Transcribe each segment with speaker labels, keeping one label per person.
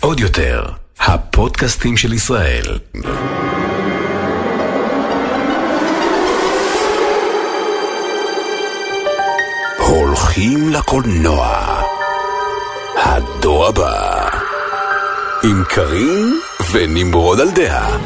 Speaker 1: עוד יותר, הפודקאסטים של ישראל. הולכים לקולנוע. הדור הבא. עם קארין ונמרוד על דעה.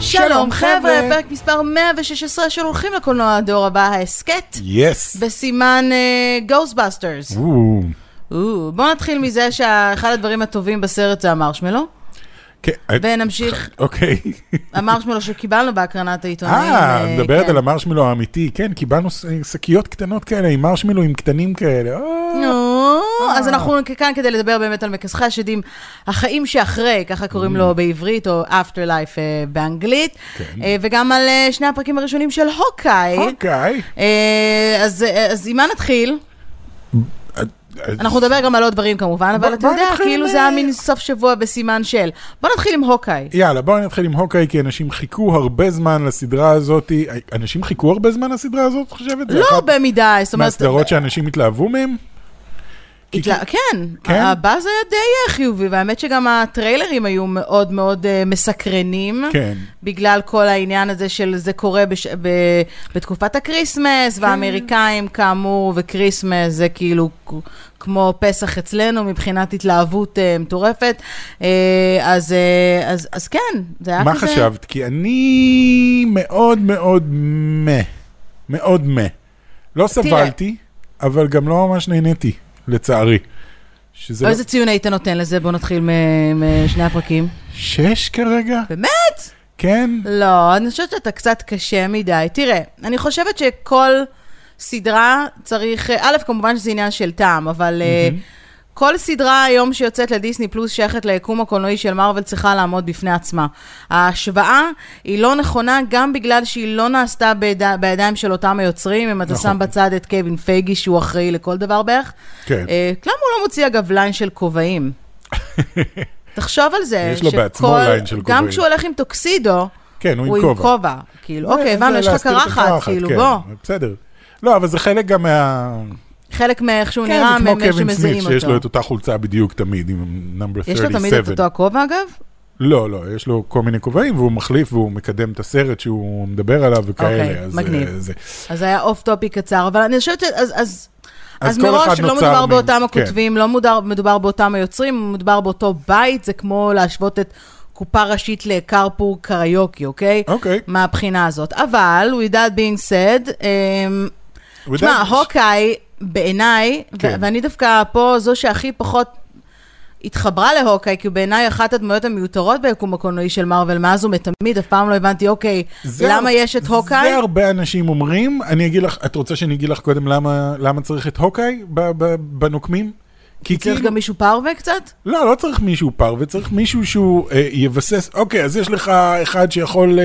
Speaker 2: שלום חבר'ה, פרק מספר 116 של הולכים לקולנוע הדור הבא, ההסכת,
Speaker 3: יס.
Speaker 2: בסימן גוסטבאסטרס.
Speaker 3: וואו.
Speaker 2: בואו נתחיל מזה שאחד הדברים הטובים בסרט זה המרשמלו,
Speaker 3: כן, אה,
Speaker 2: ונמשיך,
Speaker 3: אוקיי.
Speaker 2: המרשמלו שקיבלנו בהקרנת העיתונאים.
Speaker 3: אה, מדברת
Speaker 2: כן.
Speaker 3: על המרשמלו האמיתי. כן, קיבלנו ש- שקיות קטנות כאלה עם מרשמלואים קטנים כאלה. אה,
Speaker 2: נו, אז אנחנו כאן כדי לדבר באמת על מכסחי השדים, החיים שאחרי, ככה קוראים
Speaker 3: Mm.
Speaker 2: לו בעברית, או after life אה, באנגלית,
Speaker 3: כן.
Speaker 2: אה, וגם על אה, שני הפרקים הראשונים של הוקאי.
Speaker 3: אוקיי.
Speaker 2: אה, אז אה, אז עם מה נתחיל?
Speaker 3: אז-
Speaker 2: אנחנו נדבר גם על עוד דברים כמובן, אבל
Speaker 3: בוא-
Speaker 2: אתה יודע,
Speaker 3: בוא נתחיל
Speaker 2: כאילו
Speaker 3: עם-
Speaker 2: זה היה מין סוף שבוע בסימן של. בוא נתחיל עם הוקאי.
Speaker 3: יאללה, בואו נתחיל עם הוקאי, כי אנשים חיכו הרבה זמן לסדרה הזאת. אה, אנשים חיכו הרבה זמן לסדרה הזאת, את חושבת? זה
Speaker 2: לא
Speaker 3: אחת
Speaker 2: הרבה מדי, זאת אומרת...
Speaker 3: מהסדרות שאנשים התלהבו מהם? כי-
Speaker 2: התלה- כן,
Speaker 3: כן?
Speaker 2: הבאז היה די אה, חיובי, והאמת שגם הטריילרים היו מאוד מאוד אה, מסקרנים.
Speaker 3: כן.
Speaker 2: בגלל כל העניין הזה של זה קורה בש... ב... בתקופת
Speaker 3: כן.
Speaker 2: הקריסמס, והאמריקאים כאמור, וקריסמס זה כאילו כ- כמו פסח אצלנו מבחינת התלהבות אה, מטורפת. אה, אז, אה, אז, אז כן, זה היה
Speaker 3: מה
Speaker 2: כזה...
Speaker 3: חשבת? כי אני מאוד מאוד מה. מאוד מה. לא סבלתי, אבל גם לא ממש נהניתי, לצערי. שזה
Speaker 2: או
Speaker 3: לא-
Speaker 2: איזה ציון היית נותן לזה? בוא נתחיל מ- משני הפרקים.
Speaker 3: שש כרגע?
Speaker 2: באמת?
Speaker 3: כן?
Speaker 2: לא, אני חושבת שאתה קצת קשה מדי. תראה, אני חושבת שכל סדרה צריך, אה, א', כמובן שזה עניין של טעם, אבל אה, כל סדרה היום שיוצאת לדיסני פלוס שייכת ליקום הקולנועי של מארוול צריכה לעמוד בפני עצמה. ההשוואה היא לא נכונה גם בגלל שהיא לא נעשתה ביד- בידיים של אותם היוצרים, אם אתה
Speaker 3: נכון.
Speaker 2: שם בצד את קווין פייגי שהוא אחראי לכל דבר בערך.
Speaker 3: כן.
Speaker 2: אה, למה הוא לא מוציא אגב ליין של כובעים? תחשוב על זה.
Speaker 3: יש לו
Speaker 2: שכל-
Speaker 3: בעצמו ליין של
Speaker 2: גם
Speaker 3: כובעים.
Speaker 2: כשהוא הולך עם טוקסידו,
Speaker 3: כן, הוא
Speaker 2: הוא
Speaker 3: עם
Speaker 2: עם
Speaker 3: כובע.
Speaker 2: כובע. כאילו,
Speaker 3: זה-
Speaker 2: אוקיי, הבנו,
Speaker 3: זה
Speaker 2: יש לך
Speaker 3: להסתיר את
Speaker 2: קרחת, כאילו,
Speaker 3: כן,
Speaker 2: בוא.
Speaker 3: בסדר. לא, אבל זה חלק גם מה...
Speaker 2: חלק מאיך שהוא
Speaker 3: כן,
Speaker 2: נראה,
Speaker 3: זה כמו
Speaker 2: מאיך
Speaker 3: קווין סמית,
Speaker 2: שמזהים
Speaker 3: שיש לו את
Speaker 2: אותו.
Speaker 3: אותה חולצה בדיוק תמיד, עם number 37.
Speaker 2: יש לו תמיד את אותו הכובע, אגב?
Speaker 3: לא, לא, יש לו כל מיני כובעים, והוא מחליף והוא מקדם את הסרט שהוא מדבר עליו
Speaker 2: אוקיי,
Speaker 3: וכאלה. אז,
Speaker 2: מגניב.
Speaker 3: אה, זה.
Speaker 2: אז זה היה אוף טופי קצר, אבל אני חושבת ש... אז, אז,
Speaker 3: אז
Speaker 2: אז
Speaker 3: כל
Speaker 2: מראש
Speaker 3: אחד
Speaker 2: לא
Speaker 3: נוצר
Speaker 2: מדובר
Speaker 3: מין-
Speaker 2: באותם
Speaker 3: כן.
Speaker 2: הכותבים, לא מודר, מדובר באותם היוצרים, מדובר באותו בית, זה כמו להשוות את קופה ראשית לקרפור קריוקי, אוקיי?
Speaker 3: אוקיי.
Speaker 2: מהבחינה הזאת. אבל, with that being said, אמ, תשמע,
Speaker 3: ודי-
Speaker 2: הוקאי, בעיניי, ו-
Speaker 3: כן.
Speaker 2: ואני דווקא פה זו שהכי פחות התחברה להוקאי, כי הוא בעיניי אחת הדמויות המיותרות ביקום הקולנועי של מארוול, מאז ומתמיד, אף פעם לא הבנתי, אוקיי,
Speaker 3: זה-
Speaker 2: למה יש את הוקאי?
Speaker 3: זה הרבה אנשים אומרים, אני אגיד לך, את רוצה שאני אגיד לך קודם למה, למה צריך את הוקאי ב- ב- בנוקמים? כי
Speaker 2: צריך גם מישהו פרווה קצת?
Speaker 3: לא, לא צריך מישהו פרווה, צריך מישהו שהוא אה, יבסס, אוקיי, אז יש לך אחד שיכול, אה,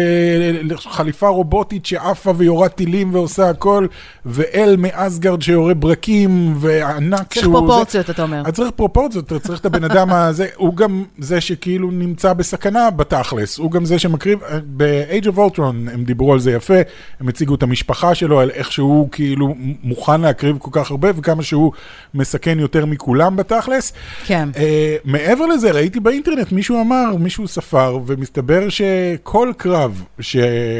Speaker 3: ל- חליפה רובוטית שעפה ויורה טילים ועושה הכל, ואל מאסגרד שיורה ברקים, וענק
Speaker 2: צריך
Speaker 3: שהוא... זה-
Speaker 2: פרופורציות, אתה אומר.
Speaker 3: אז צריך פרופורציות, אתה צריך את הבן אדם הזה, הוא גם זה שכאילו נמצא בסכנה בתכלס, הוא גם זה שמקריב, אה, ב-Age of Ultron הם דיברו על זה יפה, הם הציגו את המשפחה שלו, על איך שהוא כאילו מוכן להקריב כל כך הרבה, וכמה שהוא מסכן יותר מכולם בתכלס.
Speaker 2: כן.
Speaker 3: אה, מעבר לזה, ראיתי באינטרנט, מישהו אמר, מישהו ספר, ומסתבר שכל קרב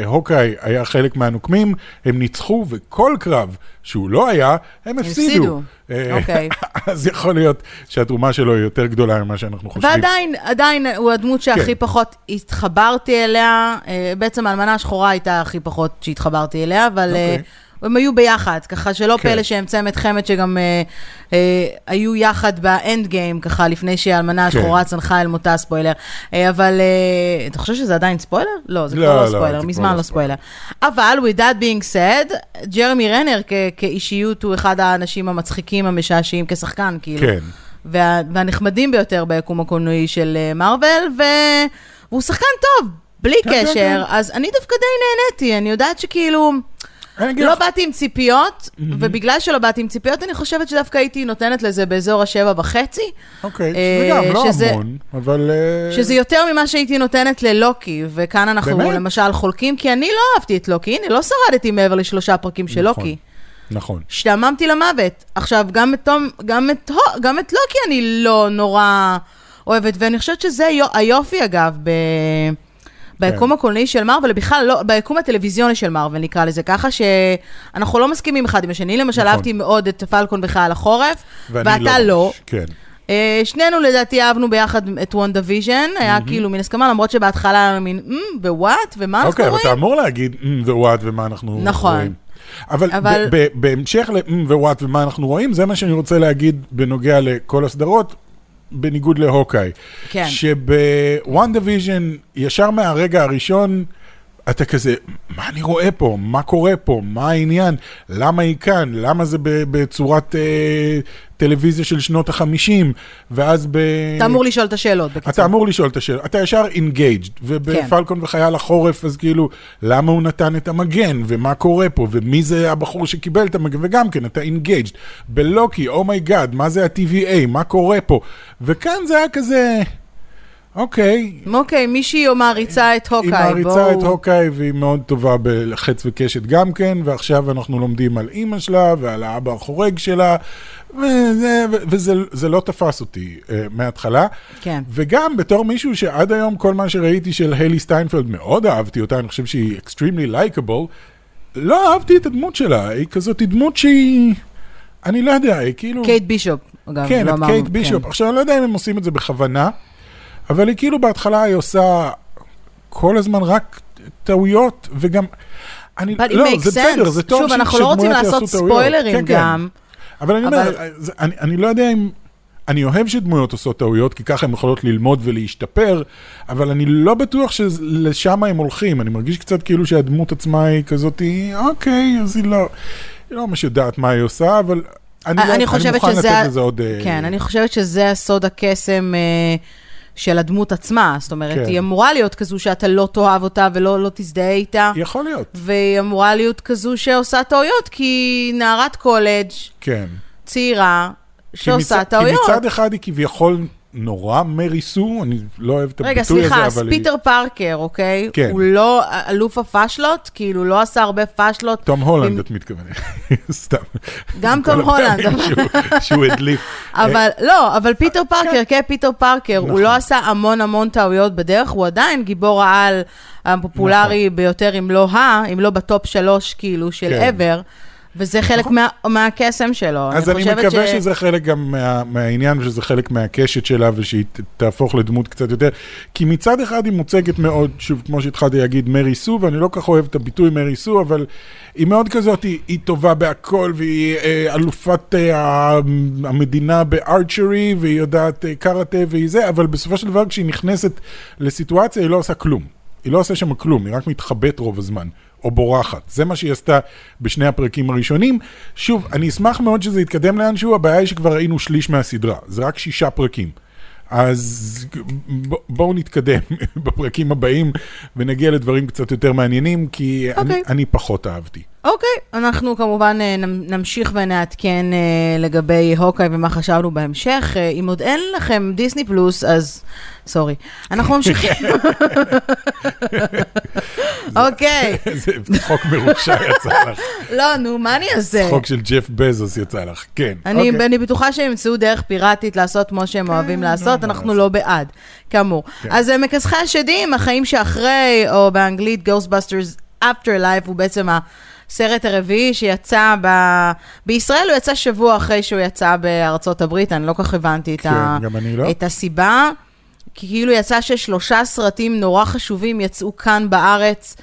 Speaker 3: שהוקאי היה חלק מהנוקמים, הם ניצחו, וכל קרב שהוא לא היה, הם
Speaker 2: הפסידו.
Speaker 3: הפסידו. אה,
Speaker 2: אוקיי.
Speaker 3: אז יכול להיות שהתרומה שלו היא יותר גדולה ממה שאנחנו חושבים.
Speaker 2: ועדיין, עדיין הוא הדמות שהכי
Speaker 3: כן.
Speaker 2: פחות התחברתי אליה. אה, בעצם האלמנה השחורה הייתה הכי פחות שהתחברתי אליה, אבל אה,
Speaker 3: אוקיי.
Speaker 2: הם היו ביחד, ככה שלא
Speaker 3: כן.
Speaker 2: פלא שהם צמד חמד שגם אה, אה, היו יחד באנד גיים, ככה לפני שהאלמנה
Speaker 3: כן.
Speaker 2: השחורה צנחה אל מותה ספוילר. אה, אבל אה, אתה חושב שזה עדיין ספוילר? לא, זה
Speaker 3: לא,
Speaker 2: כבר לא
Speaker 3: לא,
Speaker 2: ספוילר,
Speaker 3: זה
Speaker 2: מזמן
Speaker 3: כבר
Speaker 2: לא
Speaker 3: לא
Speaker 2: ספוילר. אבל, with that being said, ג'רמי רנר כ- כאישיות הוא אחד האנשים המצחיקים, המשעשעים כשחקן, כאילו.
Speaker 3: כן.
Speaker 2: וה, והנחמדים ביותר ביקום הקולנועי של אה, מארוול, ו... והוא שחקן טוב, בלי
Speaker 3: כן, כן,
Speaker 2: קשר.
Speaker 3: כן.
Speaker 2: אז אני דווקא די נהניתי, אני יודעת שכאילו...
Speaker 3: אני אגיד
Speaker 2: לא
Speaker 3: לך-
Speaker 2: באתי עם ציפיות, ובגלל שלא באתי עם ציפיות, אני חושבת שדווקא הייתי נותנת לזה באזור השבע וחצי,
Speaker 3: אוקיי,
Speaker 2: אה,
Speaker 3: שזה גם לא
Speaker 2: שזה-
Speaker 3: המון, אבל... אה,
Speaker 2: שזה יותר ממה שהייתי נותנת ללוקי, וכאן אנחנו
Speaker 3: באמת?
Speaker 2: למשל חולקים, כי אני לא אהבתי את לוקי, הנה, לא שרדתי מעבר לשלושה פרקים של
Speaker 3: נכון.
Speaker 2: לוקי.
Speaker 3: נכון.
Speaker 2: השתעממתי למוות. עכשיו, גם את, תום, גם, את, הו- גם את לוקי אני לא נורא אוהבת, ואני חושבת שזה יו, היופי, אגב, ב... ביקום
Speaker 3: כן.
Speaker 2: הקולנועי של מארוול, בכלל לא, ביקום הטלוויזיוני של מארוול נקרא לזה, ככה שאנחנו לא מסכימים אחד עם השני. למשל,
Speaker 3: נכון.
Speaker 2: אהבתי מאוד את פלקון בחייל החורף,
Speaker 3: ואני
Speaker 2: ואתה לא.
Speaker 3: כן.
Speaker 2: אה, שנינו לדעתי אהבנו ביחד את וונדה ויז'ן, היה כאילו מין הסכמה, למרות שבהתחלה היה לנו מין, "מ, ווואט, ומה אנחנו
Speaker 3: אוקיי, אבל
Speaker 2: רואים?
Speaker 3: אתה אמור להגיד "אמ, ווואט ומה אנחנו
Speaker 2: נכון.
Speaker 3: רואים. אבל
Speaker 2: אבל-
Speaker 3: ב- ב- בהמשך ל"אם ווואט ומה אנחנו רואים, זה מה שאני רוצה להגיד בנוגע לכל הסדרות, בניגוד להוקאי.
Speaker 2: כן.
Speaker 3: שבוואן דיוויז'ן, ישר מהרגע הראשון, אתה כזה, מה אני רואה פה? מה קורה פה? מה העניין? למה היא כאן? למה זה ב- בצורת אה, טלוויזיה של שנות החמישים? ואז ב...
Speaker 2: אתה אמור לשאול את השאלות, בקיצור. כן.
Speaker 3: אתה אמור לשאול את השאלה, אתה ישר אינגייג'ד, ובפלקון וחייל החורף, אז כאילו, למה הוא נתן את המגן, ומה קורה פה, ומי זה הבחור שקיבל את המגן, וגם כן, אתה אינגייג'ד. בלוקי, אומייגאד, מה זה ה-TVA, מה קורה פה, וכאן זה היה כזה, אוקיי,
Speaker 2: אוקיי, מישהי או מעריצה את הוקאי,
Speaker 3: היא
Speaker 2: בואו...
Speaker 3: מעריצה את הוקאי, והיא מאוד טובה בחץ וקשת גם כן, ועכשיו אנחנו לומדים על אימא שלה, ועל האבא החורג שלה, וזה, וזה זה לא תפס אותי uh, מההתחלה.
Speaker 2: כן.
Speaker 3: וגם בתור מישהו שעד היום כל מה שראיתי של היילי סטיינפלד, מאוד אהבתי אותה, אני חושב שהיא אקסטרימלי לייקable, לא אהבתי את הדמות שלה, היא כזאת דמות שהיא... אני לא יודע, היא כאילו...
Speaker 2: קייט בישופ, אגב,
Speaker 3: כן,
Speaker 2: לא
Speaker 3: את
Speaker 2: אמרנו,
Speaker 3: קייט בישופ. עכשיו, אני לא יודע אם הם עושים את זה בכוונה, אבל היא כאילו בהתחלה היא עושה כל הזמן רק טעויות, וגם... אני,
Speaker 2: But it
Speaker 3: לא,
Speaker 2: makes
Speaker 3: זה בסדר,
Speaker 2: sense.
Speaker 3: זה טוב
Speaker 2: שוב, אנחנו לא רוצים
Speaker 3: שדמויות
Speaker 2: לעשות
Speaker 3: יעשו טעויות.
Speaker 2: ספוילרים
Speaker 3: כן, כן.
Speaker 2: גם.
Speaker 3: אבל אני אומר,
Speaker 2: אבל-
Speaker 3: זה- אני, אני לא יודע אם... אני אוהב שדמויות עושות טעויות, כי ככה הן יכולות ללמוד ולהשתפר, אבל אני לא בטוח שלשם הם הולכים. אני מרגיש קצת כאילו שהדמות עצמה היא כזאת, אוקיי, אז היא לא... היא לא ממש יודעת מה היא עושה, אבל אני,
Speaker 2: אה, אני
Speaker 3: לא, אני
Speaker 2: חושבת
Speaker 3: מוכן
Speaker 2: שזה-
Speaker 3: לתת לזה עוד... אה,
Speaker 2: כן, אני חושבת שזה הסוד הקסם אה, של הדמות עצמה. זאת
Speaker 3: כן.
Speaker 2: אומרת, היא אמורה להיות כזו שאתה לא תאהב אותה ולא לא תזדהה איתה,
Speaker 3: יכול להיות,
Speaker 2: והיא אמורה להיות כזו שעושה טעויות, כי היא נערת קולג',
Speaker 3: כן.
Speaker 2: צעירה,
Speaker 3: כי
Speaker 2: שעושה
Speaker 3: מצ-
Speaker 2: טעויות.
Speaker 3: כי מצד אחד היא כביכול נורא מריסו, אני לא אוהב את הביטוי
Speaker 2: רגע,
Speaker 3: הזה, אבל
Speaker 2: סליחה,
Speaker 3: היא...
Speaker 2: אז פיטר פארקר, אוקיי?
Speaker 3: כן.
Speaker 2: הוא לא אלוף הפאשלות, כאילו, לא עשה הרבה פאשלות.
Speaker 3: תום הולנד, את מתכוונת. סתם.
Speaker 2: גם
Speaker 3: כל
Speaker 2: תום הולנד,
Speaker 3: הפעמים שהוא- שהוא הדליף.
Speaker 2: אבל לא, אבל פיטר פארקר, כפיטר פארקר, הוא
Speaker 3: אה, נכון.
Speaker 2: לא עשה המון המון טעויות בדרך, הוא עדיין גיבור העל הפופולרי ביותר, אם לא ה, אם לא בטופ שלוש, כאילו, של
Speaker 3: נכון. כן. נכון.
Speaker 2: ever, וזה חלק מה- מהקסם שלו.
Speaker 3: אז אני
Speaker 2: לא, חושבת
Speaker 3: מקווה
Speaker 2: ש-
Speaker 3: שזה חלק גם מה- מהעניין ושזה חלק מהקשת שלה ושהיא ת- תהפוך לדמות קצת יותר. כי מצד אחד היא מוצגת מאוד, שוב, כמו שהתחלתי להגיד, מרי סו, ואני לא כל כך אוהב את הביטוי מרי סו, אבל היא מאוד כזאת, היא, היא טובה בהכל, והיא אה, אלופת אה, ה- המדינה בארצ'רי, והיא יודעת אה, קארטה והיא זה, אבל בסופו של דבר כשהיא נכנסת לסיטואציה היא לא עושה כלום. היא לא עושה שם כלום, היא רק מתחבאת רוב הזמן, או בורחת. זה מה שהיא עשתה בשני הפרקים הראשונים. שוב, אני אשמח מאוד שזה יתקדם לאנשהו, הבעיה היא שכבר ראינו שליש מהסדרה, זה רק שישה פרקים. אז ב- בואו נתקדם בפרקים הבאים ונגיע לדברים קצת יותר מעניינים, כי okay. אני,
Speaker 2: אוקיי.
Speaker 3: אני פחות אהבתי.
Speaker 2: אוקיי, אנחנו כמובן אה, נמ- נמשיך ונעדכן אה, לגבי הוקאי ומה חשבנו בהמשך. אה, אם עוד אין לכם דיסני פלוס, אז סורי. אנחנו ממשיכים. אוקיי,
Speaker 3: איזה צחוק מרושע יצא לך,
Speaker 2: לא, נו, מה אני אעשה?
Speaker 3: צחוק של ג'ף בזוס יצא לך, כן.
Speaker 2: אני,
Speaker 3: אוקיי. כן,
Speaker 2: אני בטוחה שהם ימצאו דרך פיראטית לעשות כמו שהם אוהבים לעשות,
Speaker 3: מה
Speaker 2: אנחנו
Speaker 3: לעשות. כן.
Speaker 2: לא בעד, כאמור. אז אה, מכסחי השדים, החיים שאחרי, או באנגלית Ghostbusters Afterlife, הוא בעצם הסרט הרביעי שיצא ב... בישראל, הוא יצא שבוע אחרי שהוא יצא בארצות הברית, אני לא כל כך הבנתי את,
Speaker 3: כן,
Speaker 2: ה...
Speaker 3: גם אני לא.
Speaker 2: את הסיבה. כי כאילו יצא ששלושה סרטים נורא חשובים יצאו כאן בארץ.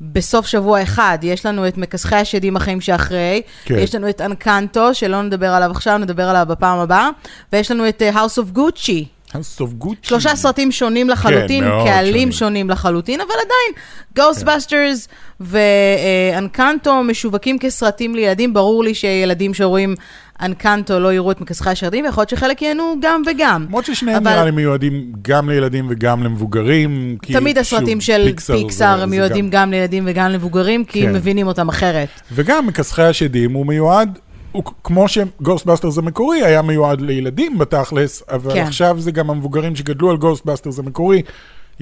Speaker 2: בסוף שבוע אחד, יש לנו את מכסחי השדים החיים שאחרי,
Speaker 3: כן.
Speaker 2: כן. יש לנו את אנקנטו, שלא נדבר עליו עכשיו, נדבר עליו בפעם הבאה, ויש לנו את אה, House of Gucci,
Speaker 3: House of Gucci.
Speaker 2: שלושה סרטים שונים לחלוטין,
Speaker 3: כן. מאוד שונים.
Speaker 2: קהלים שונים לחלוטין, אבל עדיין, Ghostbusters ואנקנטו משווקים כסרטים לילדים, ברור לי שילדים שרואים אנקנטו לא יראו את מכסחי השרתים, ויכול להיות שחלק ייהנו גם וגם.
Speaker 3: למרות ששניהם
Speaker 2: אבל-
Speaker 3: נראה לי מיועדים גם לילדים וגם למבוגרים. כי
Speaker 2: תמיד
Speaker 3: שוב,
Speaker 2: הסרטים של
Speaker 3: פיקסאר זה-
Speaker 2: פיקסאר
Speaker 3: זה
Speaker 2: הם
Speaker 3: גם-
Speaker 2: מיועדים גם לילדים וגם למבוגרים, כי
Speaker 3: כן.
Speaker 2: מבינים אותם אחרת.
Speaker 3: וגם מכסחי השדים הוא מיועד, הוא כ- כמו שגוסטבאסטרס המקורי היה מיועד לילדים בתכלס, אבל
Speaker 2: כן.
Speaker 3: עכשיו זה גם המבוגרים שגדלו על גוסטבאסטרס המקורי.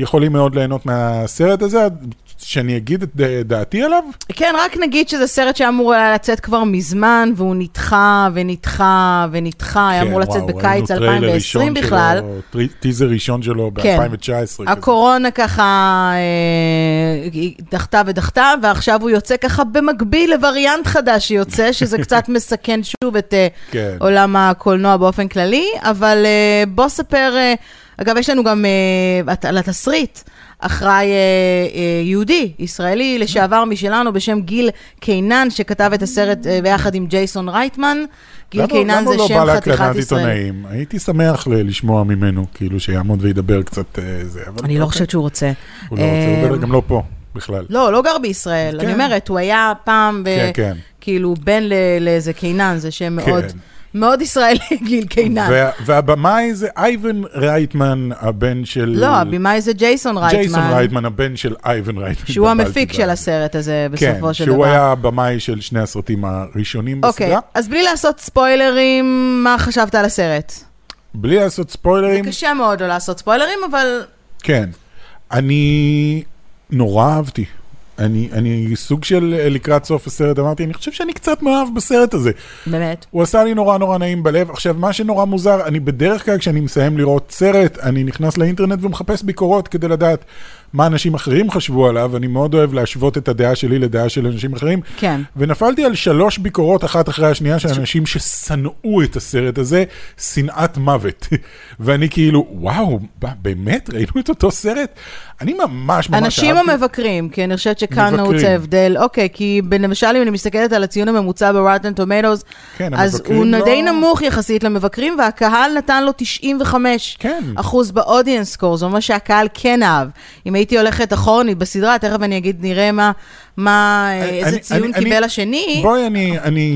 Speaker 3: יכולים מאוד ליהנות מהסרט הזה, שאני אגיד את ד- דעתי עליו.
Speaker 2: כן, רק נגיד שזה סרט שאמור היה לצאת כבר מזמן, והוא נדחה ונדחה ונדחה, היה
Speaker 3: כן,
Speaker 2: אמור לצאת
Speaker 3: וואו,
Speaker 2: בקיץ
Speaker 3: ראינו טריילר ראשון
Speaker 2: 2020 בכלל.
Speaker 3: שלו, טרי- טיזר ראשון שלו
Speaker 2: כן.
Speaker 3: ב-2019.
Speaker 2: הקורונה ככה אה, היא דחתה ודחתה, ועכשיו הוא יוצא ככה במקביל לווריאנט חדש שיוצא, שזה קצת מסכן שוב את אה,
Speaker 3: כן.
Speaker 2: עולם הקולנוע באופן כללי, אבל אה, בוא ספר, אה, אגב, יש לנו גם אה, הת- על התסריט. אחראי אה, אה, יהודי, ישראלי לשעבר משלנו, בשם גיל קינן, שכתב את הסרט אה, ביחד עם ג'ייסון רייטמן. גיל כאילו, קינן זה
Speaker 3: לא
Speaker 2: שם חתיכת ישראלי.
Speaker 3: עיתונאים? הייתי שמח ל- לשמוע ממנו, כאילו שיעמוד וידבר קצת אה, זה, אבל...
Speaker 2: אני לא
Speaker 3: אוקיי.
Speaker 2: חושבת שהוא רוצה.
Speaker 3: הוא לא רוצה, הוא
Speaker 2: אה,
Speaker 3: בטח גם לא פה בכלל.
Speaker 2: לא, לא גר בישראל,
Speaker 3: כן.
Speaker 2: אני אומרת, הוא היה פעם, ב-
Speaker 3: כן, כן.
Speaker 2: כאילו, בן ל- לאיזה קינן, זה שם
Speaker 3: כן.
Speaker 2: מאוד, מאוד ישראלי, גיל קינן.
Speaker 3: וה- והבמאי זה אייבן רייטמן, הבן של...
Speaker 2: לא, הבמאי זה ג'ייסון
Speaker 3: ג'ייסון
Speaker 2: רייטמן,
Speaker 3: רייטמן, הבן של אייבן רייטמן.
Speaker 2: שהוא
Speaker 3: התבלבלתי
Speaker 2: המפיק
Speaker 3: בה.
Speaker 2: של הסרט הזה,
Speaker 3: כן,
Speaker 2: בסופו של דבר.
Speaker 3: שהוא היה הבמאי של שני הסרטים הראשונים
Speaker 2: אוקיי,
Speaker 3: בסדרה.
Speaker 2: אז בלי לעשות ספוילרים, מה חשבת על הסרט?
Speaker 3: בלי לעשות
Speaker 2: זה
Speaker 3: ספוילרים,
Speaker 2: קשה מאוד לא לעשות ספוילרים, אבל
Speaker 3: כן. אני נורא אהבתי. אני, אני סוג של אה, לקראת סוף הסרט אמרתי, אני חושב שאני קצת מאוהב בסרט הזה.
Speaker 2: באמת.
Speaker 3: הוא עשה לי נורא נורא נעים בלב. עכשיו, מה שנורא מוזר, אני בדרך כלל כשאני מסיים לראות סרט, אני נכנס לאינטרנט ומחפש ביקורות כדי לדעת מה אנשים אחרים חשבו עליו, אני מאוד אוהב להשוות את הדעה שלי לדעה של אנשים אחרים.
Speaker 2: כן.
Speaker 3: ונפלתי על שלוש ביקורות אחת אחרי השנייה של אנשים ששנאו את הסרט הזה, שנאת מוות. ואני כאילו, וואו, ב- באמת? ראינו את אותו סרט? אני ממש ממש
Speaker 2: אנשים המבקרים, כי אני חושבת שכאן
Speaker 3: מבקרים.
Speaker 2: נעוץ ההבדל. אוקיי, כי ב- למשל אם אני מסתכלת על הציון הממוצע ב-Rotten Tomatoes,
Speaker 3: כן,
Speaker 2: אז
Speaker 3: המבקרים
Speaker 2: הוא
Speaker 3: לא-
Speaker 2: די נמוך יחסית למבקרים, והקהל נתן לו 95
Speaker 3: כן.
Speaker 2: אחוז ב-audience score, זה אומר שהקהל כן אהב. אם הייתי הולכת אחורנית בסדרה, תכף אני אגיד, נראה מה, מה, אה,
Speaker 3: אני-
Speaker 2: איזה
Speaker 3: אני-
Speaker 2: ציון
Speaker 3: אני-
Speaker 2: קיבל השני.
Speaker 3: בואי, אני, אני,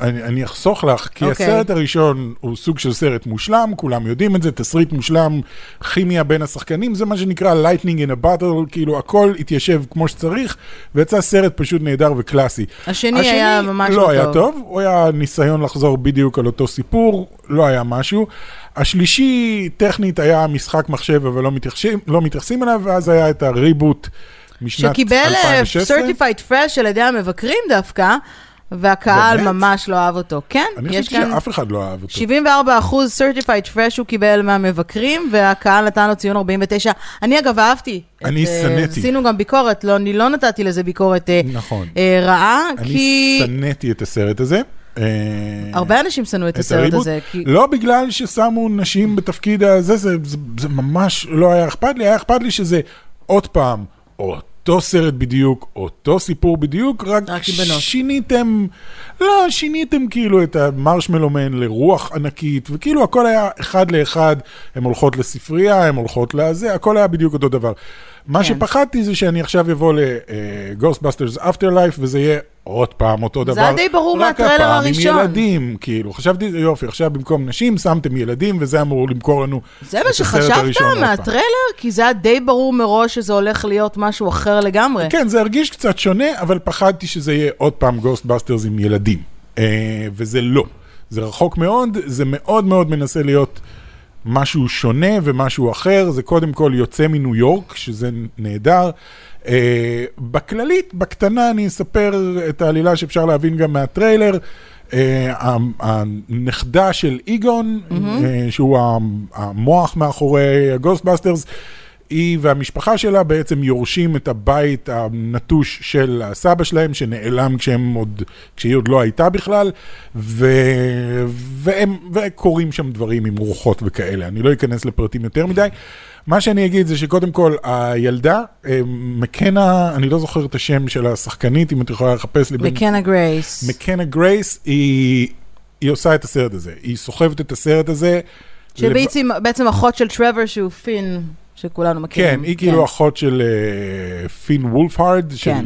Speaker 3: אני, אני אחסוך לך, כי okay.
Speaker 2: אוקיי.
Speaker 3: הסרט הראשון הוא סוג של סרט מושלם, כולם יודעים את זה, תסריט מושלם, כימיה בין השחקנים, זה מה שנקרא lightning in a battle, כאילו הכל התיישב כמו שצריך, ויצא סרט פשוט נהדר וקלאסי.
Speaker 2: השני היה ממש
Speaker 3: לא
Speaker 2: לא
Speaker 3: היה
Speaker 2: טוב.
Speaker 3: טוב, הוא היה ניסיון לחזור בדיוק על אותו סיפור, לא היה משהו. השלישי, טכנית, היה משחק מחשב, אבל לא מתייחסים, לא מתייחסים אליו, ואז היה את הריבוט משנת 2016.
Speaker 2: שקיבל אה, certified fresh על ידי המבקרים דווקא, והקהל
Speaker 3: באמת?
Speaker 2: ממש לא אהב אותו. כן,
Speaker 3: אני
Speaker 2: יש
Speaker 3: חושבת
Speaker 2: כאן...
Speaker 3: שאף אחד לא אהב אותו.
Speaker 2: 74 אחוז certified fresh הוא קיבל מהמבקרים, והקהל נתן לו ציון 49. אני אגב אהבתי.
Speaker 3: אני
Speaker 2: את, אה,
Speaker 3: שנאתי.
Speaker 2: עשינו גם ביקורת, לא, אני לא נתתי לזה ביקורת אה,
Speaker 3: נכון.
Speaker 2: אה, רעה,
Speaker 3: אני
Speaker 2: כי
Speaker 3: שנאתי את הסרט הזה. אה,
Speaker 2: הרבה אנשים שנאו את הסרט
Speaker 3: הריבוט.
Speaker 2: הזה. כי...
Speaker 3: לא בגלל ששמו נשים בתפקיד הזה, זה- זה- זה ממש לא היה אכפת לי, היה אכפת לי שזה עוד פעם, אותו סרט בדיוק, אותו סיפור בדיוק, רק
Speaker 2: רק עם בנות.
Speaker 3: שיניתם, לא, שיניתם כאילו את המרשמלומן לרוח ענקית, וכאילו הכל היה אחד לאחד, הן הולכות לספרייה, הן הולכות לזה, הכל היה בדיוק אותו דבר. מה
Speaker 2: כן.
Speaker 3: שפחדתי זה שאני עכשיו אבוא ל-Ghostbusters Afterlife וזה יהיה עוד פעם אותו
Speaker 2: זה
Speaker 3: דבר.
Speaker 2: היה די ברור
Speaker 3: רק
Speaker 2: מהטריילר
Speaker 3: הפעם עם
Speaker 2: הראשון.
Speaker 3: ילדים, כאילו, חשבתי, זה יופי, עכשיו במקום נשים שמתם ילדים, וזה אמור למכור לנו
Speaker 2: זה
Speaker 3: את
Speaker 2: מה
Speaker 3: הסרט
Speaker 2: שחשבת
Speaker 3: הראשון עוד פעם.
Speaker 2: מהטריילר? כי זה היה די ברור מראש שזה הולך להיות משהו אחר לגמרי.
Speaker 3: כן, זה הרגיש קצת שונה, אבל פחדתי שזה יהיה עוד פעם גוסטבאסטרס עם ילדים. אה, וזה לא. זה רחוק מאוד, זה מאוד מאוד מנסה להיות משהו שונה ומשהו אחר. זה קודם כל יוצא מניו יורק, שזה נהדר. אה, בכללית, בקטנה, אני אספר את העלילה שאפשר להבין גם מהטריילר. אה, ה- הנכדה של איגון, אה, שהוא ה- המוח מאחורי הגוסטבאסטרס, היא והמשפחה שלה בעצם יורשים את הבית הנטוש של הסבא שלהם, שנעלם כשהם עוד, כשהיא עוד לא הייתה בכלל, ו... והם, וקורים שם דברים עם רוחות וכאלה, אני לא אכנס לפרטים יותר מדי. מה שאני אגיד זה שקודם כל, הילדה, אה, מקנה, אני לא זוכר את השם של השחקנית, אם את יכולה לחפש לי. בין-
Speaker 2: מקנה גרייס.
Speaker 3: מקנה גרייס, היא, היא עושה את הסרט הזה. היא סוחבת את הסרט הזה.
Speaker 2: שבעצם בעצם אחות של טרוור שהוא פין, שכולנו מכירים.
Speaker 3: כן, היא כאילו אחות של אה, פין וולפהרד, של
Speaker 2: כן.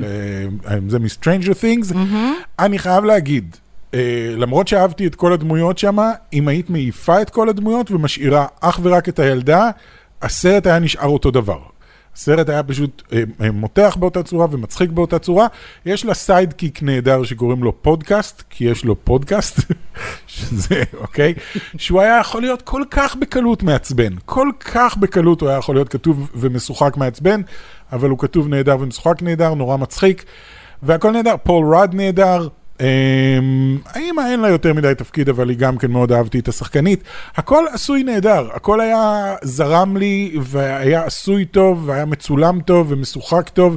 Speaker 3: אה, זה מסטרנג'ר תינגס. אני חייב להגיד, אה, למרות שאהבתי את כל הדמויות שם, אם היית מעיפה את כל הדמויות ומשאירה אך ורק את הילדה, הסרט היה נשאר אותו דבר. הסרט היה פשוט אה, אה, מותח באותה צורה ומצחיק באותה צורה. יש לה סיידקיק נהדר שקוראים לו פודקאסט, כי יש לו פודקאסט, שזה, אוקיי? שהוא היה יכול להיות כל כך בקלות מעצבן. כל כך בקלות הוא היה יכול להיות כתוב ומשוחק מעצבן, אבל הוא כתוב נהדר ומשוחק נהדר, נורא מצחיק. והכל נהדר, פול רד נהדר. אמ, האמא אין לה יותר מדי תפקיד, אבל היא גם כן מאוד אהבתי את השחקנית. הכל עשוי נהדר, הכל היה זרם לי, והיה עשוי טוב, והיה מצולם טוב, ומשוחק טוב,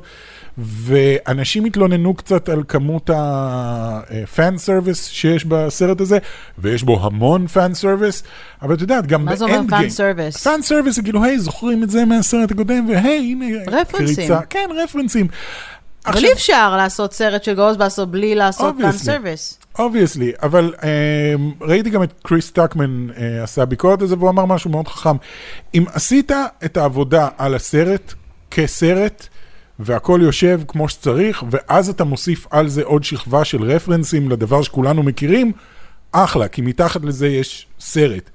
Speaker 3: ואנשים התלוננו קצת על כמות הפאן סרוויס שיש בסרט הזה, ויש בו המון פאן סרוויס, אבל את יודעת,
Speaker 2: מה
Speaker 3: גם באנד
Speaker 2: זה
Speaker 3: גיים.
Speaker 2: אומר פאן סרוויס?
Speaker 3: פאן סרוויס זה כאילו, היי, זוכרים את זה מהסרט הקודם, והי, הנה
Speaker 2: רפרנסים.
Speaker 3: קריצה. כן, רפרנסים.
Speaker 2: אבל
Speaker 3: עכשיו-
Speaker 2: אי אפשר לעשות סרט של גוסטבאסטר בלי לעשות פאן
Speaker 3: Obviously.
Speaker 2: סרוויס.
Speaker 3: אובייסלי, אבל um, ראיתי גם את קריס טקמן uh, עשה ביקורת על זה, והוא אמר משהו מאוד חכם. אם עשית את העבודה על הסרט כסרט, והכל יושב כמו שצריך, ואז אתה מוסיף על זה עוד שכבה של רפרנסים לדבר שכולנו מכירים, אחלה, כי מתחת לזה יש סרט.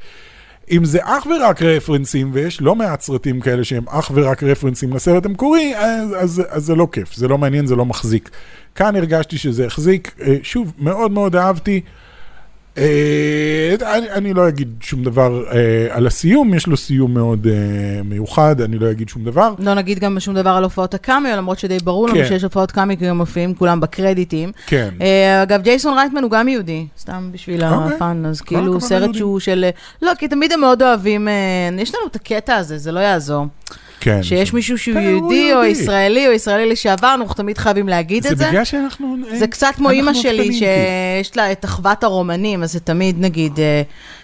Speaker 3: אם זה אך ורק רפרנסים, ויש לא מעט סרטים כאלה שהם אך ורק רפרנסים לסרט המקורי, אז, אז, אז זה לא כיף, זה לא מעניין, זה לא מחזיק. כאן הרגשתי שזה החזיק, אה, שוב, מאוד מאוד אהבתי. אה, אני, אני לא אגיד שום דבר אה, על הסיום, יש לו סיום מאוד אה, מיוחד, אני לא אגיד שום דבר.
Speaker 2: לא נגיד גם שום דבר על הופעות הקאמיו, למרות שדי ברור לנו
Speaker 3: כן.
Speaker 2: שיש הופעות קאמיו, כי הם מופיעים כולם בקרדיטים.
Speaker 3: כן.
Speaker 2: אה, אגב, ג'ייסון רייטמן הוא גם יהודי, סתם בשביל
Speaker 3: אוקיי.
Speaker 2: הפאן, אז
Speaker 3: כל
Speaker 2: כאילו
Speaker 3: הכבוד
Speaker 2: סרט
Speaker 3: ליהודים.
Speaker 2: שהוא של... לא, כי תמיד הם מאוד אוהבים, אה, יש לנו את הקטע הזה, זה לא יעזור.
Speaker 3: כן.
Speaker 2: שיש מישהו שהוא
Speaker 3: כן, הוא
Speaker 2: יהודי או
Speaker 3: יהודי.
Speaker 2: ישראלי או ישראלי לשעבר, אנחנו תמיד חייבים להגיד
Speaker 3: זה
Speaker 2: את זה.
Speaker 3: בגלל שאנחנו... אה,
Speaker 2: זה קצת כמו אימא
Speaker 3: אנחנו
Speaker 2: שלי,
Speaker 3: קטנים, כאילו.
Speaker 2: שיש לה את אחוות הרומנים, אז זה תמיד, נגיד, אה,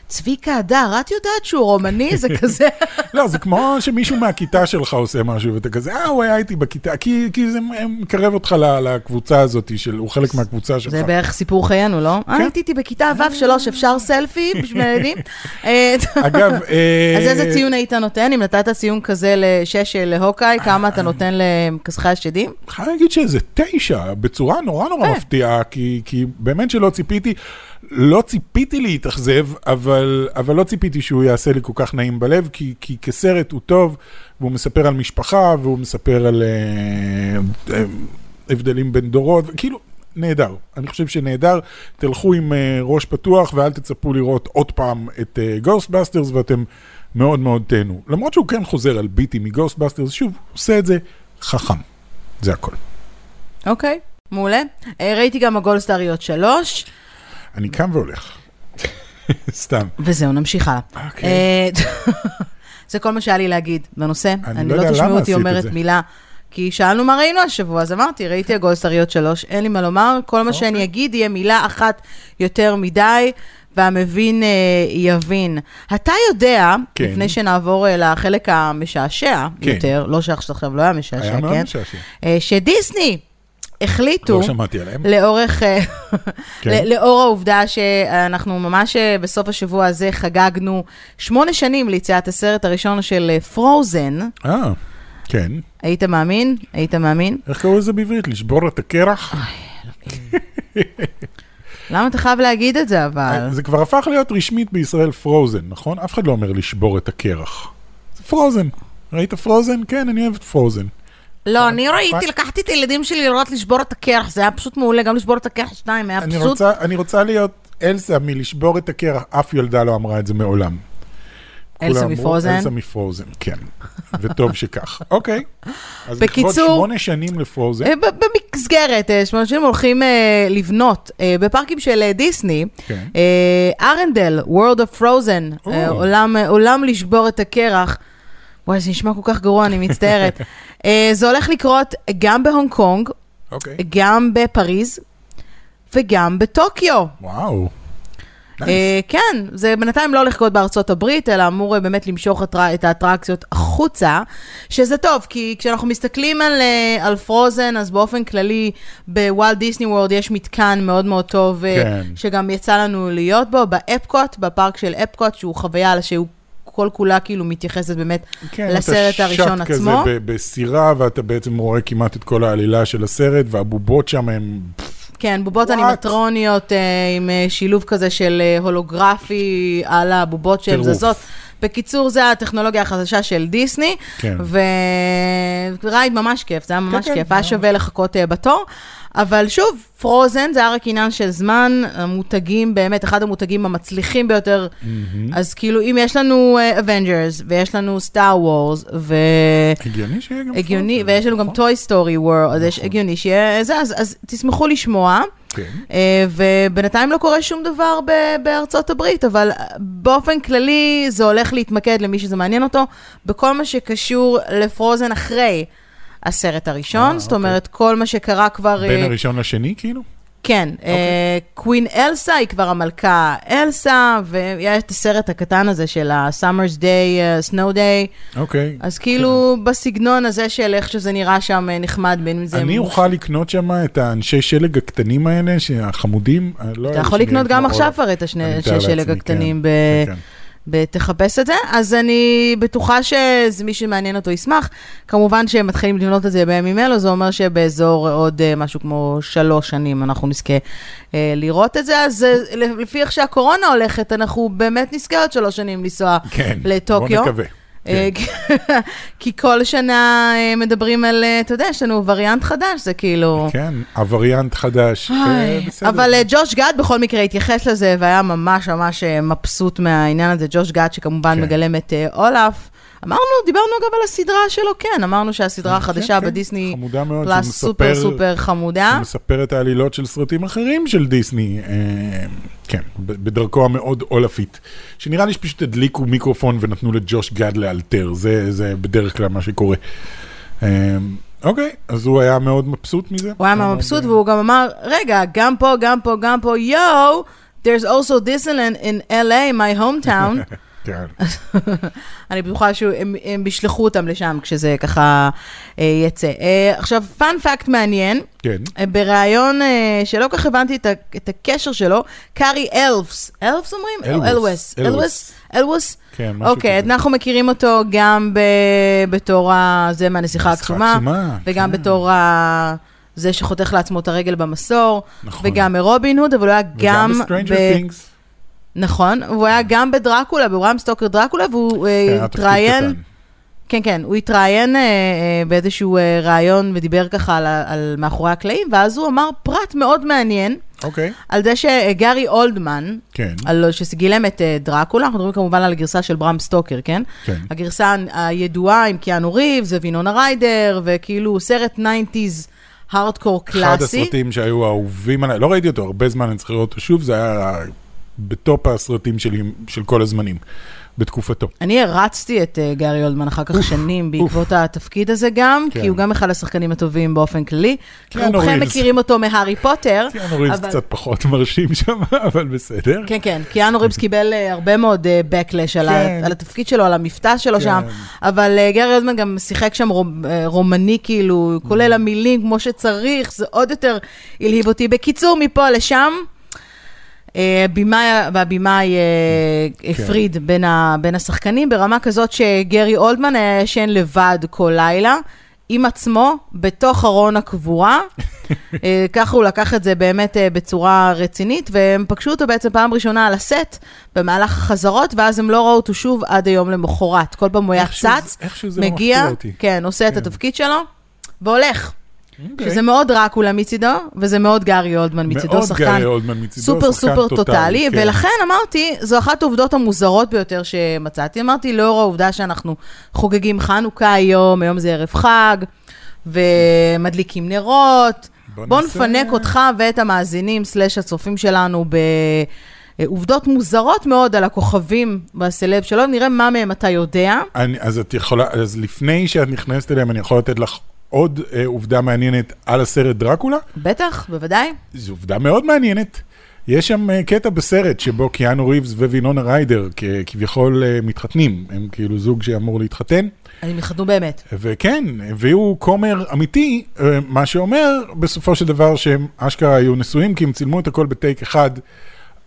Speaker 2: צביקה הדר, את יודעת שהוא רומני? זה כזה...
Speaker 3: לא, זה כמו שמישהו מהכיתה שלך עושה משהו, ואתה כזה, אה, הוא היה איתי בכיתה, כי כי זה מקרב אותך ל- לקבוצה הזאת, של- הוא חלק מהקבוצה שלך.
Speaker 2: זה בערך סיפור חיינו, לא?
Speaker 3: כן.
Speaker 2: אה, הייתי איתי בכיתה ו' שלוש, אפשר סלפי בשביל הילדים? אה,
Speaker 3: אגב, אה,
Speaker 2: אז איזה ציון היית נותן? אם נתת ציון כזה לשש אה, להוקאי, כמה אתה נותן לכסחי השדים?
Speaker 3: חייב להגיד שזה תשע, בצורה נורא נורא
Speaker 2: כן.
Speaker 3: מפתיעה, כי, כי באמת שלא ציפיתי, לא ציפיתי להתאכזב, אבל, אבל לא ציפיתי שהוא יעשה לי כל כך נעים בלב, כי, כי כסרט הוא טוב, והוא מספר על משפחה, והוא מספר על אה, אה, הבדלים בין דורות, כאילו, נהדר. אני חושב שנהדר. תלכו עם אה, ראש פתוח, ואל תצפו לראות עוד פעם את גוסטבאסטרס, ואתם מאוד מאוד תהנו. למרות שהוא כן חוזר על ביטים מגוסטבאסטרס, שוב, הוא עושה את זה חכם. זה הכל.
Speaker 2: אוקיי, מעולה. אה, ראיתי גם הגולדסטריות שלוש,
Speaker 3: אני קם והולך. סתם.
Speaker 2: וזהו, נמשיך הלאה.
Speaker 3: אוקיי.
Speaker 2: אה, זה כל מה שהיה לי להגיד בנושא.
Speaker 3: אני
Speaker 2: אני
Speaker 3: לא
Speaker 2: לא
Speaker 3: יודע
Speaker 2: תשמעו
Speaker 3: למה
Speaker 2: אותי
Speaker 3: עשית את
Speaker 2: אומרת
Speaker 3: זה. כן.
Speaker 2: מילה. כי שאלנו מה ראינו השבוע, אז אמרתי, ראיתי הגולדסטריות שלוש, אין לי מה לומר, כל מה
Speaker 3: אוקיי.
Speaker 2: שאני אגיד יהיה מילה אחת יותר מדי, והמבין אה, יבין. אתה יודע,
Speaker 3: כן.
Speaker 2: לפני שנעבור אה, לחלק המשעשע
Speaker 3: כן.
Speaker 2: יותר, לא שעכשיו לא היה משעשע,
Speaker 3: היה מאוד
Speaker 2: כן?
Speaker 3: משעשע.
Speaker 2: אה, שדיסני החליטו...
Speaker 3: לא שמעתי עליהם.
Speaker 2: לאורך, אה,
Speaker 3: כן.
Speaker 2: ל- לאור העובדה שאנחנו ממש אה, בסוף השבוע הזה חגגנו שמונה שנים ליציאת הסרט הראשון של אה, פרוזן.
Speaker 3: אה, כן.
Speaker 2: היית מאמין? היית מאמין?
Speaker 3: איך קראו לזה בעברית? לשבור את
Speaker 2: אה.
Speaker 3: הקרח?
Speaker 2: למה אתה חייב להגיד את זה אבל?
Speaker 3: אה, זה כבר הפך להיות רשמית בישראל פרוזן, נכון? אף אחד לא אומר לשבור את הקרח. זה פרוזן. ראית פרוזן? כן, אני אוהב את פרוזן.
Speaker 2: לא, אני
Speaker 3: פאק.
Speaker 2: ראיתי, לקחתי את הילדים שלי לראות לשבור את הקרח, זה היה פשוט מעולה, גם לשבור את הקרח שניים היה
Speaker 3: אני
Speaker 2: פשוט...
Speaker 3: רוצה, אני רוצה להיות אלסה מלשבור את הקרח, אף ילדה לא אמרה את זה מעולם.
Speaker 2: אלסה
Speaker 3: כולם אמרו,
Speaker 2: מפרוזן?
Speaker 3: אלסה מפרוזן, כן. וטוב שכך. אוקיי. אז לכבוד
Speaker 2: בקיצור-
Speaker 3: שמונה שנים לפרוזן,
Speaker 2: אה, ב- במסגרת, אה, שמונה שנים הולכים אה, לבנות אה, בפארקים של אה, דיסני,
Speaker 3: כן.
Speaker 2: אה, ארנדל, World of Frozen, אה,
Speaker 3: או.
Speaker 2: עולם, אה, עולם לשבור את הקרח. וואי, זה נשמע כל כך גרוע, אני מצטערת. אה, זה הולך לקרות גם בהונג קונג,
Speaker 3: אוקיי.
Speaker 2: גם בפריז וגם בטוקיו.
Speaker 3: וואו. Nice.
Speaker 2: אה, כן, זה בינתיים לא הולך לקרות בארצות הברית, אלא אמור אה, באמת למשוך הטרא- את האטרקציות החוצה, שזה טוב, כי כשאנחנו מסתכלים על, אה, על פרוזן, אז באופן כללי, בוואלד דיסני וורד יש מתקן מאוד מאוד טוב, אה,
Speaker 3: כן.
Speaker 2: שגם יצא לנו להיות בו, באפקוט, בפארק של אפקוט, שהוא חוויה שהוא... כל כולה כאילו מתייחסת באמת
Speaker 3: כן,
Speaker 2: לסרט הראשון
Speaker 3: אתה שט
Speaker 2: עצמו.
Speaker 3: כזה ב- בסירה, ואתה בעצם רואה כמעט את כל העלילה של הסרט, והבובות שם הן...
Speaker 2: כן, בובות
Speaker 3: What?
Speaker 2: אנימטרוניות אה, עם אה, שילוב כזה של אה, הולוגרפי על הבובות שהן
Speaker 3: טירוף.
Speaker 2: זזות. בקיצור, זו הטכנולוגיה החדשה של דיסני,
Speaker 3: כן.
Speaker 2: ורייד ממש כיף, זה היה ממש
Speaker 3: כן,
Speaker 2: כיף, היה
Speaker 3: ממש.
Speaker 2: שווה לחכות אה, בתור. אבל שוב, פרוזן זה היה רק עניין של זמן, המותגים, באמת, אחד המותגים המצליחים ביותר. אז כאילו, אם יש לנו אבנג'רס, ויש לנו סטאר וורס, ו...
Speaker 3: הגיוני שיהיה גם...
Speaker 2: הגיוני,
Speaker 3: פרוזן,
Speaker 2: ויש לנו גם
Speaker 3: נכון?
Speaker 2: טוי סטורי וורד, אז יש הגיוני שיהיה אה, זה, אז- אז תשמחו לשמוע.
Speaker 3: כן.
Speaker 2: אה, ובינתיים לא קורה שום דבר ב- בארצות הברית, אבל אה, באופן כללי זה הולך להתמקד למי שזה מעניין אותו, בכל מה שקשור לפרוזן אחרי הסרט הראשון,
Speaker 3: אה,
Speaker 2: זאת
Speaker 3: אוקיי.
Speaker 2: אומרת, כל מה שקרה כבר...
Speaker 3: בין אוקיי.
Speaker 2: אה,
Speaker 3: הראשון לשני, כאילו?
Speaker 2: כן, אה, קווין אלסה היא כבר המלכה אלסה, והיה את הסרט הקטן הזה של ה-Summer's Day, אה, Snow Day,
Speaker 3: אוקיי.
Speaker 2: אז כאילו בסגנון הזה של איך שזה נראה שם אה, נחמד, בין אם זה...
Speaker 3: אני אוכל לקנות שם את האנשי שלג הקטנים האלה, החמודים. אה, לא
Speaker 2: אתה
Speaker 3: אלה
Speaker 2: יכול
Speaker 3: שנראים
Speaker 2: לקנות גם
Speaker 3: כמו
Speaker 2: עכשיו אה,
Speaker 3: אור.
Speaker 2: כבר את השני
Speaker 3: אני מתאר
Speaker 2: אנשי שלג
Speaker 3: לעצמי,
Speaker 2: הקטנים.
Speaker 3: כן,
Speaker 2: ב-
Speaker 3: כן, כן.
Speaker 2: ותחפש את זה, אז אני בטוחה שמי שמעניין אותו ישמח. כמובן שהם מתחילים לבנות את זה בימים אלו, זה אומר שבאזור עוד אה, משהו כמו שלוש שנים אנחנו נזכה אה, לראות את זה, אז אה, לפי איך שהקורונה הולכת, אנחנו באמת נזכה עוד שלוש שנים לנסוע
Speaker 3: כן,
Speaker 2: לטוקיו.
Speaker 3: בוא נקווה. כן.
Speaker 2: אה, כי כל שנה אה, מדברים על, אה, אתה יודע, יש לנו וריאנט חדש, זה כאילו...
Speaker 3: כן, הווריאנט חדש.
Speaker 2: איי,
Speaker 3: אה, בסדר.
Speaker 2: אבל אה, ג'וש גאד בכל מקרה התייחס לזה והיה ממש ממש אה, מבסוט מהעניין הזה. ג'וש גאד שכמובן
Speaker 3: כן.
Speaker 2: מגלם את אה, אולף. אמרנו, דיברנו אגב על הסדרה שלו, כן, אמרנו שהסדרה החדשה
Speaker 3: כן, כן,
Speaker 2: בדיסני
Speaker 3: חמודה מאוד,
Speaker 2: פלאס
Speaker 3: שהוא
Speaker 2: סופר
Speaker 3: מספר-
Speaker 2: סופר חמודה.
Speaker 3: שמספר את העלילות של סרטים אחרים של דיסני, אה, כן, ב- בדרכו המאוד אולפית. שנראה לי שפשוט הדליקו מיקרופון ונתנו לג'וש גד לאלתר, זה, זה בדרך כלל מה שקורה. אה, אוקיי, אז הוא היה מאוד מבסוט מזה. אה,
Speaker 2: הוא היה מבסוט והוא גם אמר, רגע, גם פה, גם פה, גם פה, יואו, there's also Disneyland in LA, my hometown.
Speaker 3: כן,
Speaker 2: אני בטוחה שהם הם ישלחו אותם לשם כשזה ככה אה, יצא. אה, עכשיו, פאנ פאקט מעניין,
Speaker 3: כן.
Speaker 2: אה, בריאיון אה, שלא כל כך הבנתי את, ה- את הקשר שלו, קארי אלפס, אלפס אומרים? או
Speaker 3: אלווס,
Speaker 2: אלווס. אלווס?
Speaker 3: אלווס.
Speaker 2: אלווס?
Speaker 3: כן, משהו
Speaker 2: אוקיי, אז
Speaker 3: כזה.
Speaker 2: אנחנו מכירים אותו גם ב... בתור ה... זה מהנסיכה
Speaker 3: הנסיכה
Speaker 2: הקסומה,
Speaker 3: הקסומה,
Speaker 2: וגם
Speaker 3: כן.
Speaker 2: בתור ה... זה שחותך לעצמו את הרגל במסור,
Speaker 3: נכון.
Speaker 2: וגם מרובין הוד, אבל הוא היה גם...
Speaker 3: וגם ב-Stranger
Speaker 2: ב-
Speaker 3: Things.
Speaker 2: נכון, הוא היה גם בדרקולה, בוואם סטוקר דרקולה, והוא אה,
Speaker 3: כן, היה תפקיד
Speaker 2: התראיין...
Speaker 3: קטן.
Speaker 2: כן, כן, הוא התראיין אה, אה, באיזשהו אה, ראיון ודיבר ככה על, ה- על מאחורי הקלעים, ואז הוא אמר פרט מאוד מעניין
Speaker 3: אוקיי,
Speaker 2: על זה שגארי אולדמן,
Speaker 3: כן.
Speaker 2: על, שגילם את אה, דרקולה, אנחנו מדברים כמובן על הגרסה של ברם סטוקר, כן?
Speaker 3: כן.
Speaker 2: הגרסה הנ- הידועה עם קיאנו ריבס ווינונה ריידר, וכאילו סרט 90's הארדקור
Speaker 3: אחד
Speaker 2: קלאסי.
Speaker 3: הסרטים שהיו אהובים עליי, לא ראיתי אותו הרבה זמן, אני צריך לראות אותו שוב, זה היה בטופ הסרטים שלי, של כל הזמנים, בתקופתו.
Speaker 2: אני הרצתי את אה, גארי אולדמן אחר כך שנים בעקבות התפקיד הזה גם,
Speaker 3: כן.
Speaker 2: כי הוא גם אחד השחקנים הטובים באופן כללי.
Speaker 3: קיאנו
Speaker 2: רובכם
Speaker 3: ריבס.
Speaker 2: מכירים אותו מהארי פוטר.
Speaker 3: קיאנו ריבס
Speaker 2: אבל-
Speaker 3: קצת פחות מרשים שם, אבל בסדר.
Speaker 2: כן, כן, קיאנו ריבס קיבל אה, הרבה מאוד אה, backlash על,
Speaker 3: כן.
Speaker 2: ה, על התפקיד שלו, על המבטא שלו
Speaker 3: כן.
Speaker 2: שם, אבל אה, גרי אולדמן גם שיחק שם רומ, אה, רומני, כאילו, כולל
Speaker 3: Mm.
Speaker 2: המילים כמו שצריך, זה עוד יותר הלהיב אותי. בקיצור, מפה לשם. אה, הבמאי והבמאי אה,
Speaker 3: כן.
Speaker 2: הפריד בין, ה, בין השחקנים ברמה כזאת שגרי אולדמן היה ישן לבד כל לילה, עם עצמו, בתוך ארון הקבורה. אה, ככה הוא לקח את זה באמת אה, בצורה רצינית, והם פגשו אותו בעצם פעם ראשונה על הסט במהלך החזרות, ואז הם לא ראו אותו שוב עד היום למחרת. כל פעם הוא היה
Speaker 3: איכשהו
Speaker 2: צץ,
Speaker 3: זה- איכשהו זה לא
Speaker 2: מגיע,
Speaker 3: מפתיע אותי.
Speaker 2: כן, עושה את
Speaker 3: כן.
Speaker 2: התפקיד שלו, והולך.
Speaker 3: אוקיי.
Speaker 2: שזה מאוד דרקולה מצידו, וזה מאוד גארי אולדמן מצידו,
Speaker 3: מאוד
Speaker 2: שחקן
Speaker 3: גארי אולדמן מצידו,
Speaker 2: סופר
Speaker 3: שחקן
Speaker 2: סופר טוטאלי,
Speaker 3: כן.
Speaker 2: ולכן אמרתי, זו אחת העובדות המוזרות ביותר שמצאתי. אמרתי, לאור העובדה שאנחנו חוגגים חנוכה היום, היום זה ערב חג, ומדליקים נרות,
Speaker 3: בוא
Speaker 2: בוא
Speaker 3: נעשה-
Speaker 2: נפנק אותך ואת המאזינים סלאש הצופים שלנו בעובדות מוזרות מאוד על הכוכבים והסלב שלו, נראה מה מהם אתה יודע.
Speaker 3: אני, אז את יכולה, אז לפני שאת נכנסת אליהם, אני יכול לתת לך עוד אה, עובדה מעניינת על הסרט דרקולה?
Speaker 2: בטח, בוודאי.
Speaker 3: זו עובדה מאוד מעניינת. יש שם אה, קטע בסרט שבו קיאנו ריבס ווינונה ריידר כ- כביכול אה, מתחתנים, הם כאילו זוג שאמור להתחתן.
Speaker 2: הם יחדנו באמת.
Speaker 3: וכן, הביאו כומר אמיתי, אה, מה שאומר בסופו של דבר שהם אשכרה היו נשואים, כי הם צילמו את הכל בטייק אחד,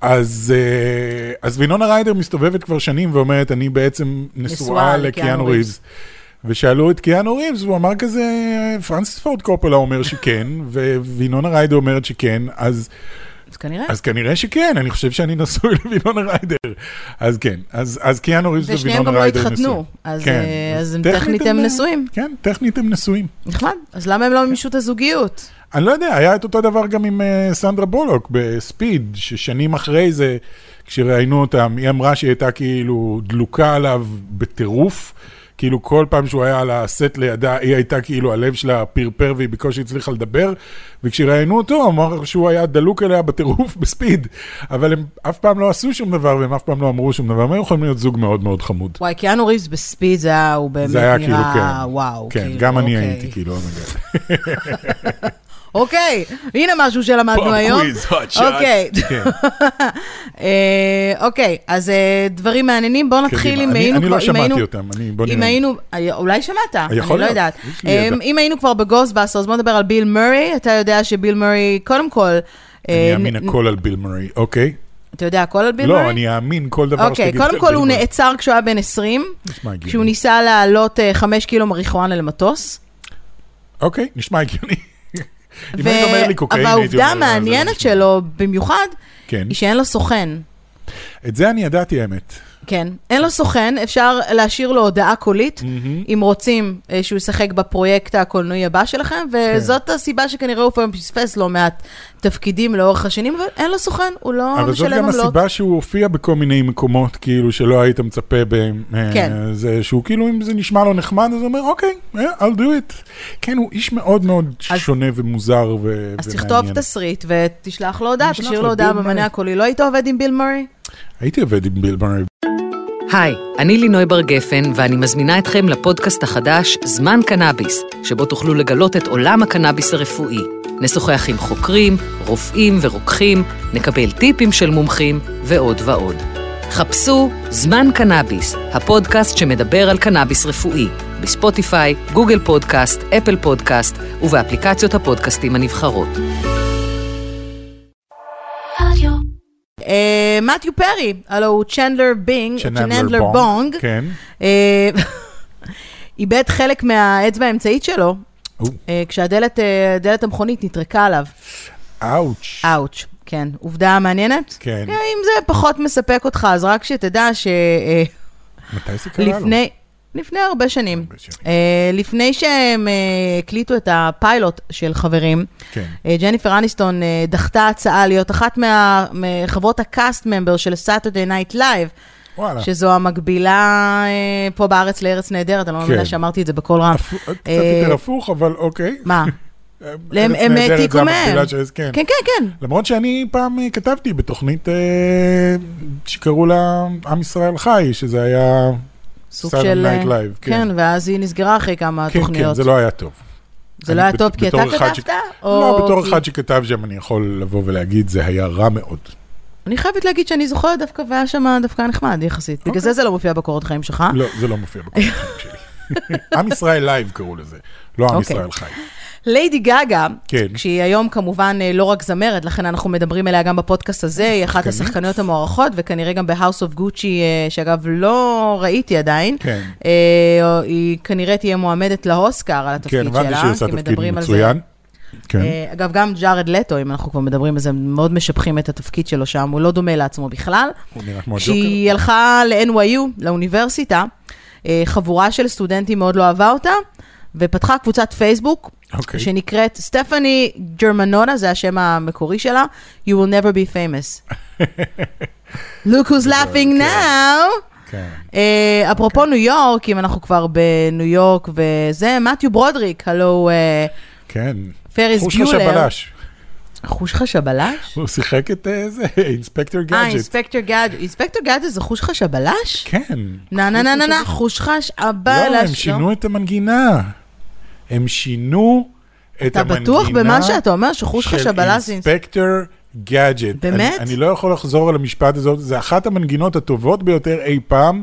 Speaker 3: אז, אה, אז וינונה ריידר מסתובבת כבר שנים ואומרת, אני בעצם
Speaker 2: נשואה
Speaker 3: נשואה
Speaker 2: לקיאנו
Speaker 3: לקיאנו
Speaker 2: ריבס."
Speaker 3: ריבס. ושאלו את קיאנו ריבס, הוא אמר כזה, פרנסיס פורד קופולה אומר שכן, ווינונה ריידר אומרת שכן, אז,
Speaker 2: אז כנראה.
Speaker 3: אז כנראה שכן, אני חושב שאני נשוי לווינונה ריידר. אז כן, אז, אז קיאנו ריבס
Speaker 2: ושניהם
Speaker 3: ווינונה
Speaker 2: גם לא
Speaker 3: ריידר נשואים.
Speaker 2: התחתנו, אז
Speaker 3: כן,
Speaker 2: אה, אז הם טכנית הם נשואים.
Speaker 3: כן, טכנית הם נשואים.
Speaker 2: נחמד, אז למה הם
Speaker 3: כן.
Speaker 2: לא מימשו את הזוגיות?
Speaker 3: אני לא יודע, היה את אותו דבר גם עם אה, סנדרה בולוק בספיד, ששנים אחרי זה, כשראיינו אותם, היא אמרה שהיא הייתה כאילו דלוקה עליו בטירוף. כאילו כל פעם שהוא היה על הסט לידה, היא הייתה כאילו, הלב שלה פרפר והיא בקושי הצליחה לדבר. וכשראיינו אותו, הוא אמר שהוא היה דלוק אליה בטירוף בספיד. אבל הם אף פעם לא עשו שום דבר והם אף פעם לא אמרו שום דבר. הם היו יכולים להיות זוג מאוד מאוד חמוד.
Speaker 2: וואי, קיאנו ריבס בספיד זה היה, הוא באמת
Speaker 3: זה היה כאילו,
Speaker 2: נראה,
Speaker 3: כן.
Speaker 2: וואו.
Speaker 3: כן,
Speaker 2: כאילו,
Speaker 3: גם אני
Speaker 2: אוקיי.
Speaker 3: הייתי כאילו, אומייגאד.
Speaker 2: אוקיי, הנה משהו שלמדנו
Speaker 1: פופ
Speaker 2: היום.
Speaker 1: קוויז, hot shot.
Speaker 2: אוקיי.
Speaker 3: כן.
Speaker 2: אה, אוקיי, אז אה, דברים מעניינים, בואו נתחיל
Speaker 3: קדימה.
Speaker 2: אם
Speaker 3: אני-
Speaker 2: היינו...
Speaker 3: אני
Speaker 2: כבר-
Speaker 3: לא
Speaker 2: אם
Speaker 3: שמעתי
Speaker 2: היינו-
Speaker 3: אותם, אני... בוא
Speaker 2: אם
Speaker 3: נראה.
Speaker 2: היינו, אה, אולי שמעת, אני
Speaker 3: יכול
Speaker 2: לא
Speaker 3: להיות,
Speaker 2: יודעת.
Speaker 3: יש לי ידע.
Speaker 2: אמ, אם היינו כבר בגוסטבאסטרס, בוא נדבר על ביל מורי. אתה יודע שביל מורי, קודם כל...
Speaker 3: אני
Speaker 2: אה,
Speaker 3: אאמין
Speaker 2: נ-
Speaker 3: הכל על ביל מורי, אוקיי?
Speaker 2: אתה יודע הכל על ביל מורי?
Speaker 3: לא, אני אאמין כל דבר
Speaker 2: אוקיי,
Speaker 3: שתגיד.
Speaker 2: קודם
Speaker 3: על
Speaker 2: כל
Speaker 3: ביל
Speaker 2: הוא
Speaker 3: מורי.
Speaker 2: נעצר כשהוא היה בן 20,
Speaker 3: נשמע הגיוני.
Speaker 2: כשהוא ניסה להעלות 5 קילו מריחואנה למטוס.
Speaker 3: אוקיי, נשמע הגיוני. אם
Speaker 2: ו-
Speaker 3: היית אומר לי קוקאין,
Speaker 2: אבל
Speaker 3: הייתי אומר...
Speaker 2: העובדה
Speaker 3: "אה, זה לא
Speaker 2: המעניינת
Speaker 3: נשמע".
Speaker 2: שלו במיוחד,
Speaker 3: כן,
Speaker 2: היא שאין לו סוכן.
Speaker 3: את זה אני ידעתי, האמת.
Speaker 2: כן, אין לו סוכן, אפשר להשאיר לו הודעה קולית, אם רוצים אה, שהוא ישחק בפרויקט הקולנועי הבא שלכם,
Speaker 3: כן.
Speaker 2: וזאת הסיבה שכנראה הוא לפעמים פספס לא מעט תפקידים לאורך השנים, אבל אין לו סוכן, הוא לא
Speaker 3: אבל זאת
Speaker 2: משלם
Speaker 3: גם
Speaker 2: עמלות.
Speaker 3: הסיבה שהוא הופיע בכל מיני מקומות, כאילו, שלא היית מצפה בהם. אה,
Speaker 2: כן.
Speaker 3: זה שהוא כאילו, אם זה נשמע לו נחמד, אז הוא אומר, אוקיי, yeah, I'll do it. כן, הוא איש מאוד מאוד
Speaker 2: אז-
Speaker 3: שונה ומוזר ו- ומעניין.
Speaker 2: אז תכתוב תסריט ותשלח לו הודעה,
Speaker 3: אני אשלח
Speaker 2: תשאיר לו
Speaker 3: לו,
Speaker 2: הודעה
Speaker 3: ביל
Speaker 2: במנה
Speaker 3: מורי.
Speaker 2: הקולי. לא היית עובד עם ביל מורי?
Speaker 3: הייתי עובד עם ביל מורי.
Speaker 4: היי, אני לינוי בר גפן, ואני מזמינה אתכם לפודקאסט החדש "זמן קנאביס", שבו תוכלו לגלות את עולם הקנאביס הרפואי. נשוחח עם חוקרים, רופאים ורוקחים, נקבל טיפים של מומחים ועוד ועוד. חפשו "זמן קנאביס", הפודקאסט שמדבר על קנאביס רפואי, בספוטיפיי, גוגל פודקאסט, אפל פודקאסט ובאפליקציות הפודקאסטים הנבחרות.
Speaker 2: אה, מתיו פרי, הלו הוא צ'נדלר בינג, צ'נדלר בונג,
Speaker 3: כן.
Speaker 2: אה, איבד חלק מהאצבע האמצעית שלו,
Speaker 3: או.
Speaker 2: אה, כשהדלת אה, דלת המכונית נטרקה עליו.
Speaker 3: אאוץ'.
Speaker 2: אאוץ', כן. עובדה מעניינת?
Speaker 3: כן.
Speaker 2: אה, אם זה פחות מספק אותך, אז רק שתדע שלפני...
Speaker 3: מתי זה קרה לו?
Speaker 2: לפני הרבה שנים,
Speaker 3: הרבה שנים.
Speaker 2: אה, לפני שהם אה, הקליטו את הפיילוט של חברים,
Speaker 3: כן.
Speaker 2: אה, ג'ניפר אניסטון אה, דחתה הצעה להיות אחת מה- מחברות הקאסט ממבר של Saturday Night Live,
Speaker 3: וואלה.
Speaker 2: שזו המקבילה אה, פה בארץ לארץ נהדרת, אני לא
Speaker 3: כן.
Speaker 2: מאמינה שאמרתי את זה בקול רם.
Speaker 3: הפו- קצת
Speaker 2: אה,
Speaker 3: יותר הפוך, אבל אוקיי. אה,
Speaker 2: מה? הם
Speaker 3: ארץ נהדרת
Speaker 2: העתיקו
Speaker 3: זה
Speaker 2: מהם.
Speaker 3: המקבילה של- כן.
Speaker 2: כן, כן, כן.
Speaker 3: למרות שאני פעם אה, כתבתי בתוכנית אה, שקראו לה עם ישראל חי, שזה היה... כן,
Speaker 2: סוג
Speaker 3: Saturday
Speaker 2: של...
Speaker 3: Night Live, כן.
Speaker 2: כן, ואז היא נסגרה אחרי כמה
Speaker 3: כן, כן,
Speaker 2: תוכניות.
Speaker 3: זה לא היה טוב.
Speaker 2: זה לא
Speaker 3: אני
Speaker 2: היה
Speaker 3: בת-
Speaker 2: טוב כי אתה
Speaker 3: בתור אחד ש-
Speaker 2: כתבת? או
Speaker 3: לא, בתור
Speaker 2: כי-
Speaker 3: אחד שכתב שם אני יכול לבוא ולהגיד, זה היה רע מאוד.
Speaker 2: אני חייבת להגיד שאני זוכרת דווקא, והיה שם דווקא נחמד יחסית. בגלל זה זה לא מופיע בקורות חיים שלך.
Speaker 3: אוקיי. לא, זה לא מופיע בקורות החיים שלי. עם ישראל לייב קראו לזה, לא עם
Speaker 2: אוקיי.
Speaker 3: ישראל חי.
Speaker 2: ליידי גאגה,
Speaker 3: כן.
Speaker 2: כשהיא היום כמובן אה, לא רק זמרת, לכן אנחנו מדברים אליה גם בפודקאסט הזה, היא אחת
Speaker 3: שחקנית.
Speaker 2: השחקניות המוערכות, וכנראה גם ב-house of Gucci, אה, שאגב, לא ראיתי עדיין.
Speaker 3: כן.
Speaker 2: אה, היא כנראה תהיה מועמדת לאוסקר על התפקיד
Speaker 3: כן,
Speaker 2: שלה,
Speaker 3: הבנתי שהיא עושה
Speaker 2: כי
Speaker 3: תפקיד
Speaker 2: מדברים על זה.
Speaker 3: מצוין. כן,
Speaker 2: אה, אגב, גם ג'ארד לטו, אם אנחנו כבר מדברים על זה, הם מאוד משבחים את התפקיד שלו שם, הוא לא דומה לעצמו בכלל.
Speaker 3: הוא נראה כמו הג'וקר.
Speaker 2: כשהיא הלכה ל-NYU, לאוניברסיטה, אה, חבורה של סטודנטים מאוד לא אהבה אותה, ופתחה קבוצת פייסבוק,
Speaker 3: אוקיי.
Speaker 2: שנקראת סטפני ג'רמנונה, זה השם המקורי שלה, You will never be famous. Look who's laughing now.
Speaker 3: כן.
Speaker 2: אה, אפרופו ניו יורק, אם אנחנו כבר בניו יורק וזה, מתיו ברודריק, הלו הוא אה,
Speaker 3: כן.
Speaker 2: פריס
Speaker 3: חוש
Speaker 2: ביולר.
Speaker 3: חשבלש.
Speaker 2: חוש לך שבלש?
Speaker 3: הוא שיחק את אה, זה, אינספקטור
Speaker 2: אה,
Speaker 3: גאדג'ט.
Speaker 2: אינספקטור גאדג'. אינספקטור גאדג' זה חוש לך שבלש?
Speaker 3: כן.
Speaker 2: נה נה נה נה נה, חוש חש הבלש.
Speaker 3: לא, הם שינו את המנגינה. הם שינו את
Speaker 2: אתה
Speaker 3: המנגינה.
Speaker 2: בטוח במה שאתה אומר, שחוש חש הבלש
Speaker 3: של
Speaker 2: זה...
Speaker 3: אינספקטור גאדג'ט.
Speaker 2: באמת?
Speaker 3: אני, אני לא יכול לחזור על המשפט הזה, זה אחת המנגינות הטובות ביותר אי פעם,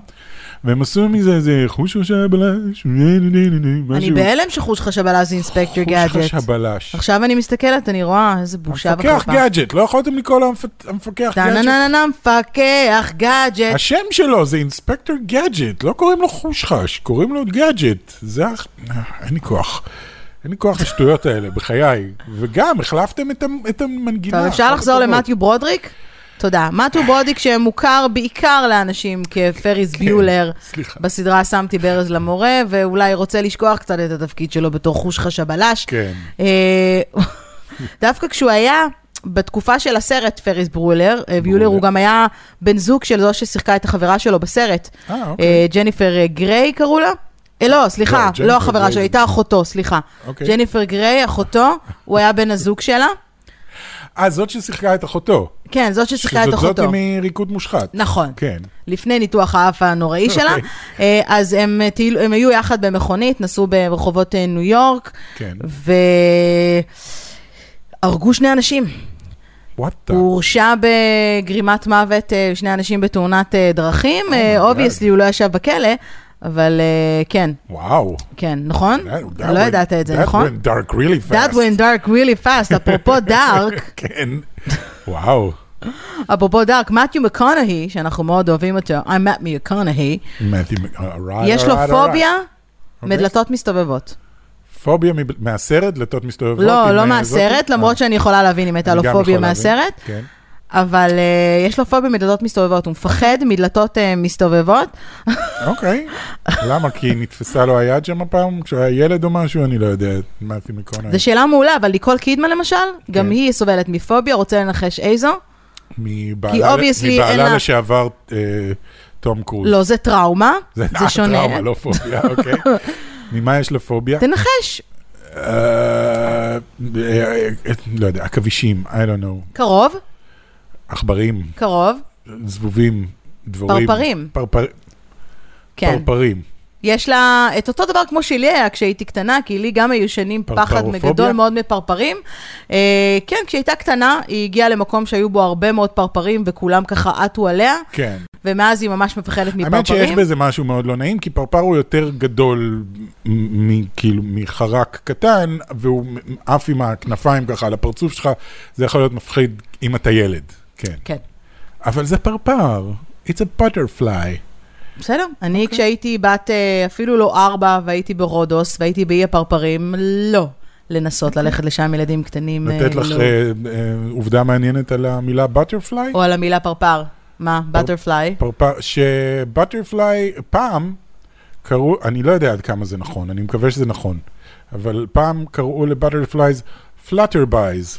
Speaker 3: והם עשו מזה איזה חוש השבלש,
Speaker 2: אני
Speaker 3: משהו.
Speaker 2: בהלם שחוש חשבלש זה אינספקטור
Speaker 3: חוש
Speaker 2: גאדג'ט.
Speaker 3: השבלש.
Speaker 2: עכשיו אני מסתכלת, אני רואה איזה בושה
Speaker 3: המפקח
Speaker 2: וחרפה.
Speaker 3: גאדג'ט, לא יכולתם לקרוא לו המפ- המפקח גאדג'ט.
Speaker 2: טה-נה-נה-נה, מפקח גאדג'ט.
Speaker 3: השם שלו זה אינספקטור גאדג'ט, לא קוראים לו חושחש, קוראים לו גאדג'ט. זה הח... אה, אין לי כוח. אין לי כוח לשטויות האלה, בחיי. וגם, החלפתם את, המ... את המנגינה.
Speaker 2: טוב, אפשר
Speaker 3: אחת
Speaker 2: לחזור
Speaker 3: הטובות.
Speaker 2: למתיו ברודריק? תודה. מתיו ברודריק שמוכר בעיקר לאנשים כפריס ביולר
Speaker 3: כן, סליחה.
Speaker 2: בסדרה שמתי ברז למורה, ואולי רוצה לשכוח קצת את התפקיד שלו בתור חוש חשבלש.
Speaker 3: כן.
Speaker 2: אה, דווקא כשהוא היה... בתקופה של הסרט פריס ברולר, אה, ביולר הוא גם היה בן זוג של זו ששיחקה את החברה שלו בסרט.
Speaker 3: אה, אוקיי.
Speaker 2: אה, ג'ניפר אה, גריי קראו לה? אה, לא, סליחה,
Speaker 3: ג'ניפר
Speaker 2: לא החברה
Speaker 3: גריי
Speaker 2: שלו,
Speaker 3: זה-
Speaker 2: הייתה אחותו, סליחה.
Speaker 3: אוקיי.
Speaker 2: ג'ניפר גריי, אחותו, הוא היה בן הזוג שלה.
Speaker 3: אה, זאת ששיחקה את אחותו.
Speaker 2: כן, זאת ששיחקה את
Speaker 3: שזאת
Speaker 2: אחותו.
Speaker 3: זאתי מריקוד מושחת.
Speaker 2: נכון.
Speaker 3: כן.
Speaker 2: לפני ניתוח האף הנוראי שלה.
Speaker 3: אוקיי.
Speaker 2: אה, אז הם, אה, טיילו- הם היו יחד במכונית, נסעו ברחובות אה, ניו יורק,
Speaker 3: כן.
Speaker 2: והרגו שני אנשים.
Speaker 3: וואט
Speaker 2: הוא הורשע בגרימת מוות אה, שני אנשים בתאונת אה,
Speaker 3: Oh
Speaker 2: דרכים. אובייסלי, הוא לא ישב בכלא, אבל אה, כן,
Speaker 3: וואו.
Speaker 2: כן, נכון?
Speaker 3: That- that
Speaker 2: לא
Speaker 3: went-
Speaker 2: ידעת את זה, נכון?
Speaker 3: That went dark really fast.
Speaker 2: That went dark really fast, אפרופו דארק.
Speaker 3: כן. וואו.
Speaker 2: אפרופו דארק, מתיו מקונהי, שאנחנו מאוד אוהבים אותו, I'm Matt מקונהי,
Speaker 3: מתי- alright,
Speaker 2: יש לו
Speaker 3: alright, alright.
Speaker 2: פוביה
Speaker 3: לא, אוקיי.
Speaker 2: מדלתות מסתובבות.
Speaker 3: פוביה מב- מהסרט, דלתות מסתובבות?
Speaker 2: לא,
Speaker 3: עם,
Speaker 2: לא
Speaker 3: אה,
Speaker 2: מהסרט,
Speaker 3: זאתי?
Speaker 2: למרות שאני יכולה להבין אם הייתה
Speaker 3: אני
Speaker 2: לו
Speaker 3: גם
Speaker 2: פוביה
Speaker 3: יכול להבין.
Speaker 2: מהסרט,
Speaker 3: כן.
Speaker 2: אבל אה, יש לו פוביה מדלתות מסתובבות, הוא מפחד מדלתות אה, מסתובבות.
Speaker 3: אוקיי. למה? כי נתפסה לו היד שם הפעם? כשהוא היה ילד או משהו? אני לא יודע. מתי מקונאי.
Speaker 2: זו שאלה מעולה, אבל ניקול קידמן למשל,
Speaker 3: כן.
Speaker 2: גם היא סובלת מפוביה, רוצה לנחש איזו? כי
Speaker 3: מבעלה
Speaker 2: obviously אין
Speaker 3: מבעלה
Speaker 2: לה-
Speaker 3: לשעבר אה, תום קרוז.
Speaker 2: לא, זה טראומה, זה
Speaker 3: אה,
Speaker 2: שונה.
Speaker 3: טראומה, לא פוביה, אוקיי. ממה יש לו פוביה?
Speaker 2: תנחש,
Speaker 3: אה, אה, לא יודע, עכבישים, I don't know,
Speaker 2: קרוב,
Speaker 3: עכברים,
Speaker 2: קרוב,
Speaker 3: זבובים, דבורים.
Speaker 2: פרפרים.
Speaker 3: פרפר-
Speaker 2: כן.
Speaker 3: פרפרים.
Speaker 2: יש לה את אותו דבר כמו שלי היה כשהייתי קטנה, כי לי גם היו שנים פחד
Speaker 3: פרפרופוביה?
Speaker 2: גדול מאוד מפרפרים. אה, כן, כשהיא הייתה קטנה, היא הגיעה למקום שהיו בו הרבה מאוד פרפרים, וכולם ככה עטו עליה,
Speaker 3: כן.
Speaker 2: ומאז היא ממש מפחדת
Speaker 3: האמת שיש
Speaker 2: מפרפרים.
Speaker 3: בזה משהו מאוד לא נעים, כי פרפר הוא יותר גדול מ- מ- כאילו מחרק קטן, והוא מ- עף עם הכנפיים ככה על הפרצוף שלך, זה יכול להיות מפחיד אם אתה ילד. כן.
Speaker 2: כן,
Speaker 3: אבל זה פרפר, it's a butterfly.
Speaker 2: בסדר. אני
Speaker 3: אוקיי.
Speaker 2: כשהייתי בת אה, אפילו לא ארבע, והייתי ברודוס, והייתי באי הפרפרים, לא לנסות ללכת לשם ילדים קטנים. אה,
Speaker 3: לתת לך
Speaker 2: לא.
Speaker 3: אה, אה, עובדה מעניינת על המילה butterfly?
Speaker 2: או על המילה פרפר. מה? בטרפליי?
Speaker 3: פרפר, שבטרפליי, פעם קראו, אני לא יודע עד כמה זה נכון, אני מקווה שזה נכון, אבל פעם קראו לבטרפלייז פלאטרבייז,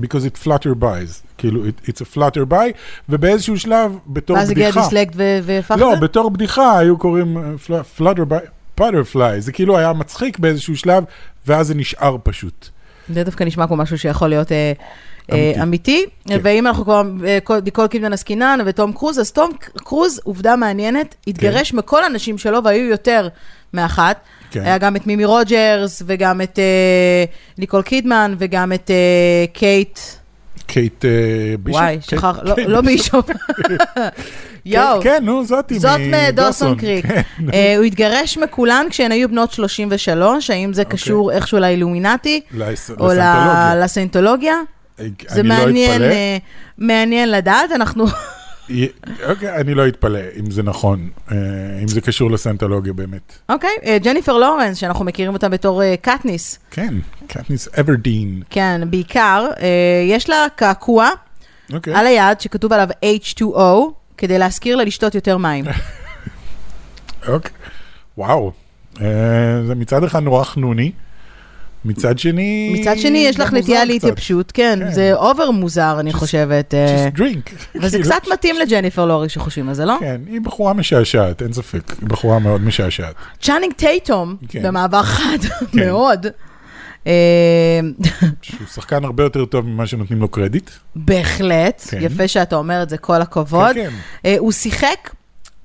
Speaker 3: because it flutterbys, כאילו it, it's a flutterby, ובאיזשהו שלב, בתור
Speaker 2: ואז הגיע
Speaker 3: בדיחה,
Speaker 2: דיסלקט ו- והפכת?
Speaker 3: לא, בתור בדיחה היו קוראים פלאטרבי, בטרפליי, זה כאילו היה מצחיק באיזשהו שלב, ואז זה נשאר פשוט.
Speaker 2: זה דווקא נשמע כמו משהו שיכול להיות אה, אה,
Speaker 3: אמיתי.
Speaker 2: אמיתי.
Speaker 3: כן.
Speaker 2: ואם אנחנו כבר אה, כל- ניקול קידמן עסקינן ותום קרוז, אז תום קרוז, עובדה מעניינת, התגרש מכל הנשים שלו, והיו יותר מאחת.
Speaker 3: כן.
Speaker 2: היה גם את מימי רוג'רס, וגם את אה, ניקול קידמן, וגם את אה, קייט,
Speaker 3: קייט אה, בישופ?
Speaker 2: וואי,
Speaker 3: קייט-
Speaker 2: שכח, לא-
Speaker 3: קייט
Speaker 2: לא
Speaker 3: בישופ.
Speaker 2: בישופ. יואו,
Speaker 3: כן, כן, נו, זאתי
Speaker 2: זאת מדוסון
Speaker 3: מדוסון,
Speaker 2: קריק.
Speaker 3: כן.
Speaker 2: אה, הוא התגרש מכולן כשהן היו בנות 33, האם זה קשור איכשהו לאילומינטי?
Speaker 3: לס-
Speaker 2: או ל-
Speaker 3: אוקיי. לסנטולוגיה.
Speaker 2: לסיינטולוגיה? זה
Speaker 3: אני לא
Speaker 2: מעניין,
Speaker 3: אתפלא.
Speaker 2: אה, מעניין לדעת, אנחנו...
Speaker 3: אה, אוקיי, אני לא אתפלא אם זה נכון, אה, אם זה קשור לסנטולוגיה באמת.
Speaker 2: אוקיי, אה, ג'ניפר לורנס, שאנחנו מכירים אותה בתור אה, קטניס,
Speaker 3: כן, קטניס אברדין.
Speaker 2: כן, בעיקר, אה, יש לה קעקוע
Speaker 3: אוקיי.
Speaker 2: על היד שכתוב עליו H2O, כדי להזכיר לה לשתות יותר מים.
Speaker 3: אוקיי. וואו. אה, זה מצד אחד נורא חנוני, מצד שני...
Speaker 2: מצד שני, יש
Speaker 3: גם
Speaker 2: לך
Speaker 3: מוזר
Speaker 2: נטייה
Speaker 3: קצת.
Speaker 2: להתייבשות, כן,
Speaker 3: כן.
Speaker 2: זה אובר מוזר, אני חושבת. אה,
Speaker 3: Just drink.
Speaker 2: וזה
Speaker 3: כאילו,
Speaker 2: קצת מתאים לג'ניפר לורנס שחושבים על זה, לא?
Speaker 3: כן, היא בחורה משעשעת, אין ספק. היא בחורה מאוד משעשעת.
Speaker 2: צ'אנינג טייטום,
Speaker 3: כן.
Speaker 2: במעבר חד
Speaker 3: כן.
Speaker 2: מאוד. אה,
Speaker 3: שהוא שחקן הרבה יותר טוב ממה שנותנים לו קרדיט.
Speaker 2: בהחלט,
Speaker 3: כן.
Speaker 2: יפה שאתה אומר את זה, כל הכבוד.
Speaker 3: כן,
Speaker 2: אה, הוא שיחק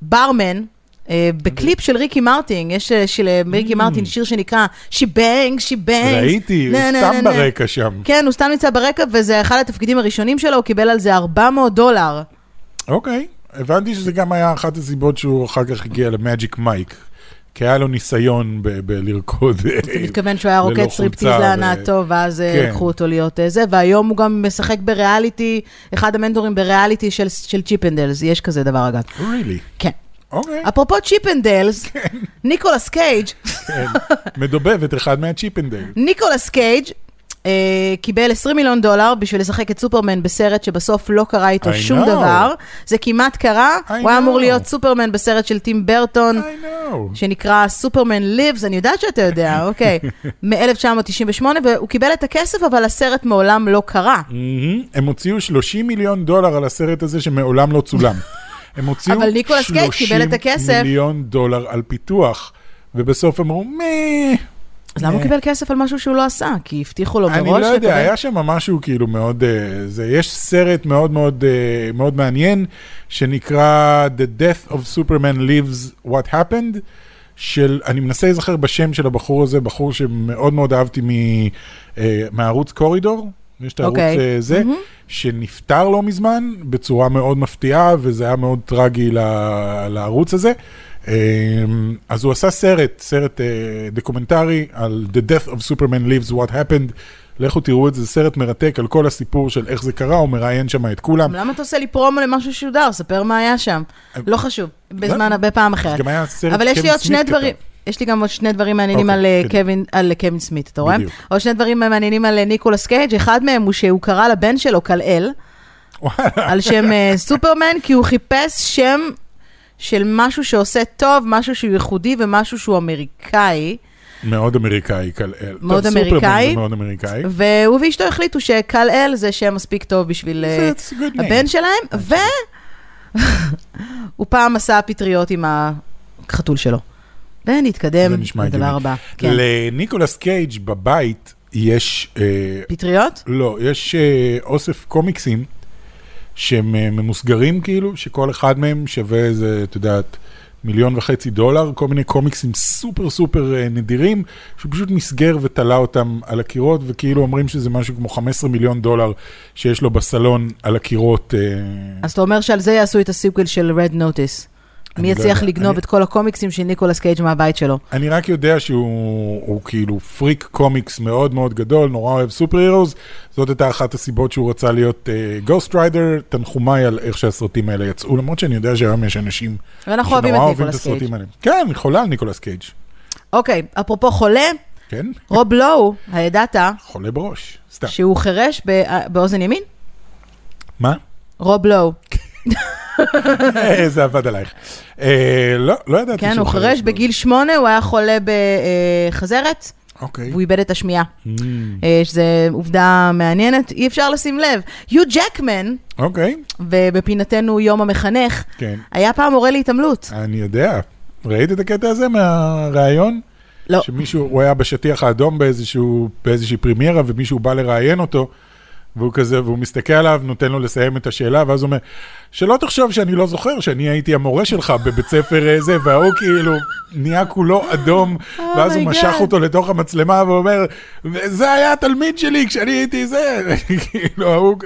Speaker 2: ברמן. אה, בקליפ של ריקי מרטין, יש אה, של
Speaker 3: Mm.
Speaker 2: אה, ריקי מרטין שיר שנקרא She Bang, She Bang.
Speaker 3: ראיתי, הוא
Speaker 2: נה, נה, נה,
Speaker 3: סתם
Speaker 2: נה.
Speaker 3: ברקע שם.
Speaker 2: כן, הוא סתם נמצא ברקע, וזה אחד התפקידים הראשונים שלו, הוא קיבל על זה 400 דולר.
Speaker 3: אוקיי. הבנתי שזה גם היה אחת הסיבות שהוא אחר כך הגיע למאג'יק מייק. כי היה לו ניסיון ב- בלרקוד. אה,
Speaker 2: אתה מתכוון שהוא היה
Speaker 3: ללא
Speaker 2: רוקד
Speaker 3: חולצה
Speaker 2: סטריפטיז
Speaker 3: ו-
Speaker 2: להנאתו, ואז אה,
Speaker 3: כן.
Speaker 2: לקחו אותו להיות אה, זה, והיום הוא גם משחק בריאליטי, אחד המנטורים בריאליטי של- של צ'יפנדלס, יש כזה דבר אגב.
Speaker 3: really?
Speaker 2: כן.
Speaker 3: אוקיי.
Speaker 2: אפרופו צ'יפנדלס, ניקולס קייג',
Speaker 3: כן. מדובב את אחד מהצ'יפנדל.
Speaker 2: ניקולס קייג' אה, קיבל 20 מיליון דולר בשביל לשחק את סופרמן בסרט שבסוף לא קרה איתו
Speaker 3: I
Speaker 2: שום
Speaker 3: know.
Speaker 2: דבר. זה כמעט קרה,
Speaker 3: I
Speaker 2: הוא היה אמור
Speaker 3: know.
Speaker 2: להיות סופרמן בסרט של טים
Speaker 3: I
Speaker 2: ברטון.
Speaker 3: know.
Speaker 2: שנקרא סופרמן ליבס, אני יודעת שאתה יודע, אוקיי, מ-1998, והוא קיבל את הכסף, אבל הסרט מעולם לא קרה.
Speaker 3: מהמם. הם הוציאו 30 מיליון דולר על הסרט הזה שמעולם לא צולם. הם הוציאו
Speaker 2: אבל ניקולס קייג' קיבל את
Speaker 3: 30
Speaker 2: הכסף.
Speaker 3: מיליון דולר על פיתוח, ובסוף אמרו, מה?
Speaker 2: אז למה הוא קיבל כסף על משהו שהוא לא עשה? כי הבטיחו לו מראש
Speaker 3: אני לא יודע,
Speaker 2: לקבל-
Speaker 3: היה שם משהו כאילו מאוד... אה, זה, יש סרט מאוד מאוד, אה, מאוד מעניין, שנקרא The Death of Superman Lives What Happened, של, אני מנסה להיזכר בשם של הבחור הזה, בחור שמאוד מאוד אהבתי מ, אה, מהערוץ קורידור, יש את הערוץ
Speaker 2: אוקיי.
Speaker 3: אה, זה, שנפטר לא מזמן, בצורה מאוד מפתיעה, וזה היה מאוד טרגי ל- לערוץ הזה. אה, אז הוא עשה סרט, סרט אה, דוקומנטרי על The Death of Superman Lives What Happened. לכו תראו את זה, זה סרט מרתק על כל הסיפור של איך זה קרה, הוא מראיין שם את כולם.
Speaker 2: למה אתה עושה לי פרומו למשהו שודר? ספר מה היה שם. לא חשוב, בזמן,
Speaker 3: לא.
Speaker 2: בפעם אחרת.
Speaker 3: גם היה סרט
Speaker 2: אבל יש לי
Speaker 3: שקווין
Speaker 2: עוד שני
Speaker 3: סמית
Speaker 2: דברים,
Speaker 3: כתב.
Speaker 2: יש לי גם עוד שני דברים מעניינים
Speaker 3: אוקיי,
Speaker 2: על אה,
Speaker 3: כן.
Speaker 2: קווין, על אה, קווין סמית, אתה רואה?
Speaker 3: בדיוק.
Speaker 2: עוד שני דברים מעניינים על אה, ניקולס קייג', אחד מהם הוא שהוא קרא לבן שלו קלאל,
Speaker 3: וואלה,
Speaker 2: על שם אה, סופרמן, כי הוא חיפש שם של משהו שעושה טוב, משהו שהוא ייחודי ומשהו שהוא אמריקאי.
Speaker 3: אוקיי. מאוד אמריקאי, כלל.
Speaker 2: מאוד
Speaker 3: טוב, סופרמן
Speaker 2: אמריקאי.
Speaker 3: זה מאוד אמריקאי.
Speaker 2: והוא ואשתו החליטו שקל-אל זה שם מספיק טוב בשביל אה,
Speaker 3: That's a good name.
Speaker 2: הבן שלהם,
Speaker 3: אוקיי.
Speaker 2: והוא פעם עשה פטריות עם החתול שלו. ונתקדם
Speaker 3: זה נשמע
Speaker 2: לדבר
Speaker 3: הגיוני.
Speaker 2: הבא. כן.
Speaker 3: לניקולס קייג' בבית יש אה,
Speaker 2: פטריות?
Speaker 3: לא, יש אה, אוסף קומיקסים שהם אה, ממוסגרים כאילו, שכל אחד מהם שווה איזה, את יודעת, מיליון וחצי דולר, כל מיני קומיקסים סופר סופר אה, נדירים, שהוא פשוט מסגר ותלה אותם על הקירות, וכאילו אומרים שזה משהו כמו 15 מיליון דולר שיש לו בסלון על הקירות. אה,
Speaker 2: אז אתה אומר שעל זה יעשו את הסיקוול של רד נוטיס.
Speaker 3: אני
Speaker 2: מי
Speaker 3: לא
Speaker 2: יצליח
Speaker 3: יודע,
Speaker 2: לגנוב
Speaker 3: אני-
Speaker 2: את כל הקומיקסים של ניקולס קייג' מהבית שלו?
Speaker 3: אני רק יודע שהוא הוא כאילו פריק קומיקס מאוד מאוד גדול, נורא אוהב סופר הירוס, זאת הייתה אחת הסיבות שהוא רצה להיות גוסט ריידר, תנחומיי על איך שהסרטים האלה יצאו, למרות שאני יודע שהיום יש אנשים
Speaker 2: ואנחנו אוהבים את ניקולס קייג'.
Speaker 3: הסרטים האלה. כן, אני חולה על ניקולס קייג',
Speaker 2: אוקיי, אפרופו חולה,
Speaker 3: כן?
Speaker 2: רוב לואו, הידעת
Speaker 3: חולה בראש, סתם.
Speaker 2: שהוא חירש בא- באוזן ימין?
Speaker 3: מה?
Speaker 2: רוב לואו.
Speaker 3: כן, אה, זה עבד עלייך. אה, לא, לא ידעתי
Speaker 2: כן,
Speaker 3: שהוא
Speaker 2: הוא חירש בגיל שמונה, הוא היה חולה בחזרת,
Speaker 3: אוקיי.
Speaker 2: והוא איבד את השמיעה.
Speaker 3: Mm,
Speaker 2: אה, שזה עובדה מעניינת, אי אפשר לשים לב. יו ג'קמן,
Speaker 3: אוקיי,
Speaker 2: ובפינתנו יום המחנך,
Speaker 3: כן.
Speaker 2: היה פעם מורה להתעמלות.
Speaker 3: אני יודע. ראית את הקטע הזה מהראיון?
Speaker 2: לא.
Speaker 3: שמישהו, הוא היה בשטיח האדום באיזשהו, באיזושהי פרימיירה, ומישהו בא לראיין אותו, והוא כזה, והוא מסתכל עליו, נותן לו לסיים את השאלה, ואז הוא אומר, שלא תחשוב שאני לא זוכר שאני הייתי המורה שלך בבית ספר אה, זה, וההוא כאילו נהיה כולו אדום, ואז הוא
Speaker 2: Oh my
Speaker 3: משך
Speaker 2: God.
Speaker 3: אותו לתוך המצלמה ואומר, זה היה התלמיד שלי כשאני הייתי זה, כאילו ההוא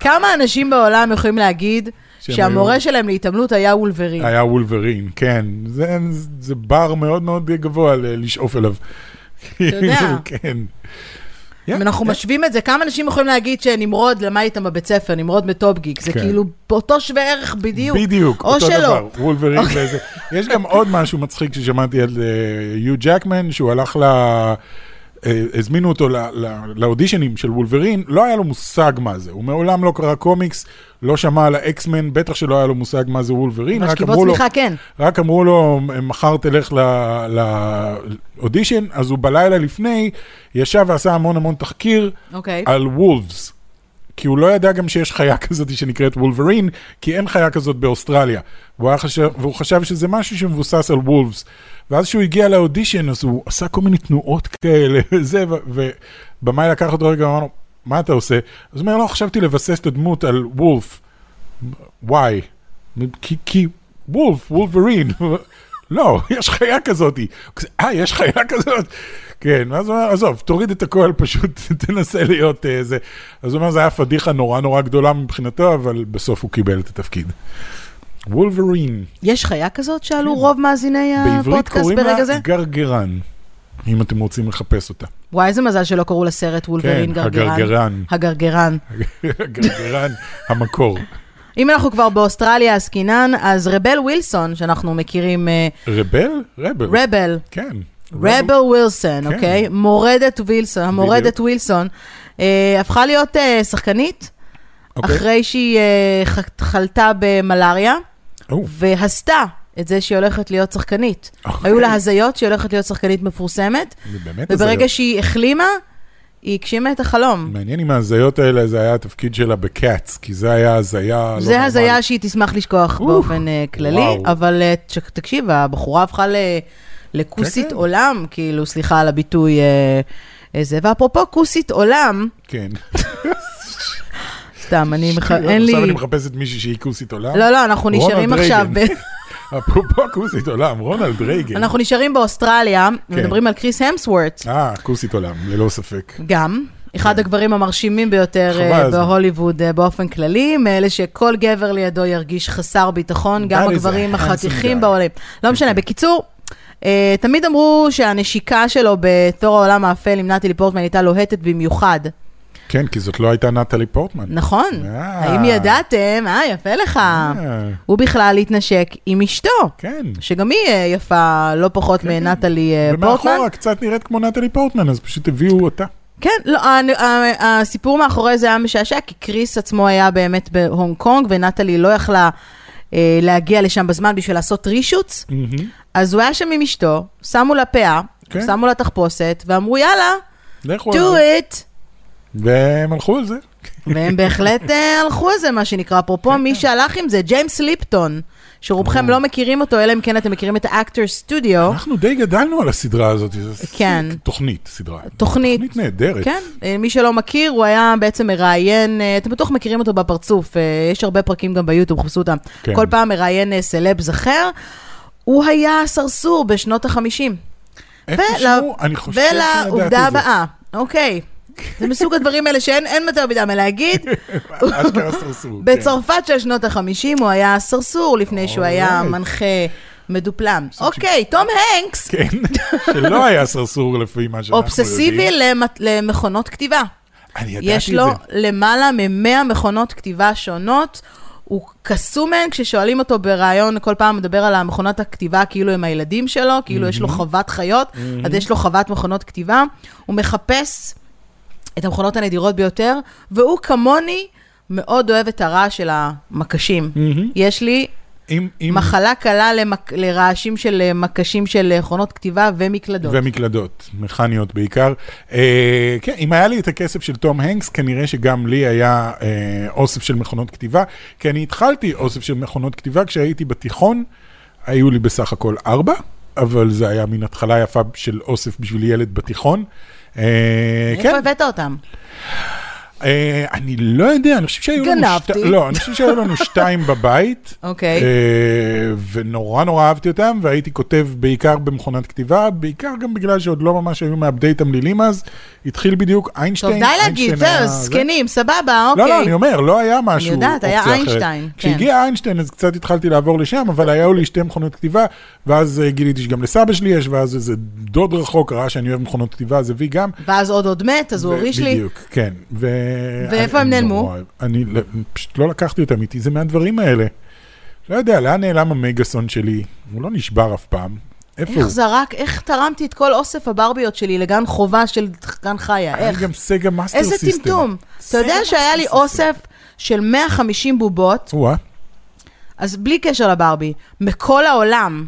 Speaker 2: כמה אנשים בעולם יכולים להגיד
Speaker 3: שהם
Speaker 2: שהמורה
Speaker 3: היו- אה,
Speaker 2: שלהם להתעמלות היה וולברין?
Speaker 3: היה וולברין, כן, זה, זה בר מאוד מאוד גבוה ל- לשאוף אליו. אתה
Speaker 2: יודע.
Speaker 3: כן.
Speaker 2: אם אנחנו משווים את זה, כמה אנשים יכולים להגיד שנמרוד למד איתם בבית ספר, נמרוד מטופגיק, זה
Speaker 3: כן.
Speaker 2: כאילו באותו שווה ערך בדיוק.
Speaker 3: בדיוק,
Speaker 2: או
Speaker 3: אותו
Speaker 2: שלא.
Speaker 3: דבר, וולברין
Speaker 2: אוקיי.
Speaker 3: וזה. יש גם עוד משהו מצחיק ששמעתי על אה, יו ג'קמן, שהוא הלך ל... אה, הזמינו אותו ל- ל- לאודישנים של וולברין, לא היה לו מושג מה זה, הוא מעולם לא קרא קומיקס, לא שמע על האקסמן, בטח שלא היה לו מושג מה זה וולברין, רק
Speaker 2: משכיבות
Speaker 3: אמרו לו,
Speaker 2: צמיחה, כן.
Speaker 3: רק אמרו לו, מחר תלך ל- לאודישן, אז הוא בלילה לפני, ישב ועשה המון המון תחקיר,
Speaker 2: אוקיי.
Speaker 3: על וולפס. כי הוא לא ידע גם שיש חיה כזאת שנקראת וולברין, כי אין חיה כזאת באוסטרליה. והוא, היה חשב, והוא חשב שזה משהו שמבוסס על וולפס. ואז כשהוא הגיע לאודישן, אז הוא עשה כל מיני תנועות כאלה, וזה, ו- ובמאי לקח אותו רגע, אמר לו, מה אתה עושה? אז הוא אומר, לא, חשבתי לבסס את הדמות על וולף. וואי. כי, כי וולף, וולברין. לא, יש חיה כזאת. הוא כזה, אה, יש חיה כזאת? כן, ואז הוא אומר, עזוב, תוריד את הכל, פשוט תנסה להיות אה, זה. אז הוא אומר, זה היה פדיחה נורא נורא גדולה מבחינתו, אבל בסוף הוא קיבל את התפקיד. וולברין.
Speaker 2: יש חיה כזאת שאלו רוב מאזיני
Speaker 3: כן. בעברית
Speaker 2: הפודקאסט
Speaker 3: קוראים
Speaker 2: אה, ברגע
Speaker 3: לה
Speaker 2: זה?
Speaker 3: גרגרן, אם אתם רוצים לחפש אותה.
Speaker 2: וואי, איזה מזל שלא קראו לסרט וולברין
Speaker 3: כן,
Speaker 2: גרגרן.
Speaker 3: הגרגרן.
Speaker 2: הגרגרן.
Speaker 3: גרגרן המקור.
Speaker 2: אם אנחנו כבר באוסטרליה עסקינן, אז רבל ווילסון, שאנחנו מכירים, אה,
Speaker 3: רבל? רבל.
Speaker 2: רבל,
Speaker 3: כן.
Speaker 2: רבל ווילסון,
Speaker 3: כן.
Speaker 2: אוקיי? מורדת ווילסון, המורדת ווילסון, אה, הפכה להיות אה, שחקנית,
Speaker 3: אוקיי.
Speaker 2: אחרי שהיא אה, ח- חלתה במלאריה,
Speaker 3: או,
Speaker 2: והסתה את זה שהיא הולכת להיות שחקנית.
Speaker 3: אוקיי.
Speaker 2: היו לה הזיות שהיא הולכת להיות שחקנית מפורסמת,
Speaker 3: זה באמת
Speaker 2: וברגע
Speaker 3: הזיות.
Speaker 2: שהיא החלימה, היא הגשימה את החלום.
Speaker 3: מעניין אם ההזיות האלה זה היה התפקיד שלה בקאץ, כי זה היה הזיה לא
Speaker 2: זה
Speaker 3: נורמלית.
Speaker 2: הזיה שהיא תשמח לשכוח
Speaker 3: אוף,
Speaker 2: באופן אה, כללי,
Speaker 3: וואו.
Speaker 2: אבל אה, תש- תקשיב, הבחורה הפכה ל- לכוסית
Speaker 3: כן, כן.
Speaker 2: עולם, כאילו, סליחה על הביטוי אה, אה, זה. ואפרופו כוסית עולם,
Speaker 3: כן.
Speaker 2: סתם, אני, מח- אין לי...
Speaker 3: עכשיו אני מחפש את מישהי שהיא כוסית עולם.
Speaker 2: לא, לא, אנחנו
Speaker 3: רונלד
Speaker 2: נשארים
Speaker 3: רייגן.
Speaker 2: עכשיו, ב-
Speaker 3: אפרופו כוסית עולם, רונלד רייגן.
Speaker 2: אנחנו נשארים באוסטרליה,
Speaker 3: כן.
Speaker 2: מדברים על קריס המסוורט,
Speaker 3: אה, כוסית עולם, ללא ספק.
Speaker 2: גם. אחד הגברים המרשימים ביותר
Speaker 3: כן. חבל
Speaker 2: אה,
Speaker 3: הזמן.
Speaker 2: בהוליווד אה, באופן כללי, מאלה שכל גבר לידו ירגיש חסר ביטחון, גם
Speaker 3: בא לי זה
Speaker 2: הגברים
Speaker 3: handsome
Speaker 2: החתיכים
Speaker 3: guy.
Speaker 2: בעולם. לא משנה,
Speaker 3: אוקיי.
Speaker 2: בקיצור, אה, תמיד אמרו שהנשיקה שלו בתור העולם האפל עם נטלי פורטמן הייתה לוהטת במיוחד,
Speaker 3: כן, כי זאת לא הייתה נטלי פורטמן.
Speaker 2: נכון?
Speaker 3: אה.
Speaker 2: האם ידעתם? אה, יפה לך.
Speaker 3: אה,
Speaker 2: הוא בכלל התנשק עם אשתו.
Speaker 3: כן.
Speaker 2: שגם היא אה, יפה לא פחות מנטלי אה, פורטמן.
Speaker 3: ומאחורה קצת נראית כמו נטלי פורטמן, אז פשוט הביאו אותה.
Speaker 2: כן, לא, הנ- ה- ה- הסיפור מאחורי זה היה משעשע, כי קריס עצמו היה באמת בהונג קונג, ונטלי לא יכלה אה, להגיע לשם בזמן בשביל לעשות רישוץ, אז הוא היה שם עם אשתו, שמו לה פאה,
Speaker 3: כן.
Speaker 2: שמו לה תחפושת, ואמרו יאללה,
Speaker 3: לכו
Speaker 2: do
Speaker 3: עליו.
Speaker 2: it.
Speaker 3: והם הלכו על זה.
Speaker 2: והם בהחלט אה, הלכו על זה, מה שנקרא. אפרופו, מי שהלך עם זה, ג'יימס ליפטון, שרובכם לא מכירים אותו, אלא אם כן אתם מכירים את האקטר סטודיו.
Speaker 3: אנחנו די גדלנו על הסדרה הזאת. זה
Speaker 2: כן.
Speaker 3: תוכנית, סדרה.
Speaker 2: תוכנית.
Speaker 3: תוכנית נהדרת.
Speaker 2: כן, אה, מי שלא מכיר, הוא היה בעצם מראיין, אה, אתם בטוח מכירים אותו בפרצוף, אה, יש הרבה פרקים גם ביוטיוב, חפשו אותם.
Speaker 3: כן.
Speaker 2: כל פעם מראיין אה, סלבס אחר. הוא היה סרסור בשנות ה-50.
Speaker 3: איפשהו, אני חושב שידעתי
Speaker 2: ולעובדה
Speaker 3: את זה.
Speaker 2: הבאה, אוקיי. זה מסוג הדברים האלה שאין אין יותר מדי מה
Speaker 3: כן.
Speaker 2: להגיד.
Speaker 3: אשכרה סרסור. כן.
Speaker 2: בצרפת של שנות ה-50 הוא היה סרסור לפני שהוא היה
Speaker 3: Alright.
Speaker 2: מנחה מדופלם. אוקיי, תום הנקס,
Speaker 3: כן, שלא היה סרסור לפי מה שאנחנו יודעים.
Speaker 2: אובססיבי למת- למכונות כתיבה.
Speaker 3: אני ידעתי את
Speaker 2: יש
Speaker 3: זה.
Speaker 2: לו למעלה מ-100 מכונות כתיבה שונות. הוא קסום מהן כששואלים אותו בריאיון, כל פעם מדבר על המכונת הכתיבה כאילו הם הילדים שלו, כאילו
Speaker 3: Mm-hmm.
Speaker 2: יש לו חוות חיות, אז יש לו חוות מכונות כתיבה. הוא מחפש את המכונות הנדירות ביותר, והוא כמוני מאוד אוהב את הרעש של המקשים. יש לי
Speaker 3: אם- Mm-hmm. אם-
Speaker 2: מחלה קלה למק- לרעשים של אה, מקשים של אה, מכונות כתיבה ומקלדות.
Speaker 3: ומקלדות, מכניות בעיקר. אה, כן, אם היה לי את הכסף של תום הנקס, כנראה שגם לי היה אה, אוסף של מכונות כתיבה, כי אני התחלתי אוסף של מכונות כתיבה כשהייתי בתיכון, היו לי בסך הכל ארבע, אבל זה היה מין התחלה יפה של אוסף בשביל ילד בתיכון. אה,
Speaker 2: איפה
Speaker 3: כן,
Speaker 2: הבאת אותם?
Speaker 3: אה, אני לא יודע, אני חושב שהיו לנו...
Speaker 2: גנבתי.
Speaker 3: שתי- לא, אני חושב שהיו לנו שתיים בבית.
Speaker 2: אוקיי.
Speaker 3: אה, ונורא נורא אהבתי אותם, והייתי כותב בעיקר במכונת כתיבה, בעיקר גם בגלל שעוד לא ממש היו מעבדי תמלילים אז, התחיל בדיוק
Speaker 2: טוב,
Speaker 3: איינשטיין.
Speaker 2: די להגיד,
Speaker 3: איינשטיין
Speaker 2: זהו,
Speaker 3: היה-
Speaker 2: זקנים, סבבה,
Speaker 3: לא,
Speaker 2: אוקיי.
Speaker 3: לא, אני אומר, לא היה משהו,
Speaker 2: יודעת, היה
Speaker 3: אופציה
Speaker 2: איינשטיין,
Speaker 3: אחרת.
Speaker 2: כן.
Speaker 3: כשהגיע איינשטיין אז קצת התחלתי לעבור לשם, אבל היו לי שתי מכונות כתיבה, ואז אה, גיליתי שגם לסבא שלי יש, ואז איזה דוד רחוק ראה שאני אוהב מכונות כתיבה, אז הביא גם.
Speaker 2: ואז עוד עוד מת, אז הוא
Speaker 3: ו-
Speaker 2: הוריש לי.
Speaker 3: בדיוק, כן. ו...
Speaker 2: ואיפה
Speaker 3: אני-
Speaker 2: הם נעלמו?
Speaker 3: נורא, אני לא- פשוט לא לקחתי אותם איתי, זה מהדברים האלה. לא יודע, לאן נעלם המגאסון שלי? הוא לא נשבר אף פעם. איפה הוא?
Speaker 2: איך זרק, איך תרמתי את כל אוסף הברביות שלי לגן חובה של גן חיה,
Speaker 3: היה
Speaker 2: איך?
Speaker 3: גם סגה מאסטר
Speaker 2: איזה
Speaker 3: סיסטם.
Speaker 2: טמטום. אתה יודע שהיה לי אוסף של 150 בובות,
Speaker 3: או-אה,
Speaker 2: אז בלי קשר לברבי, מכל העולם.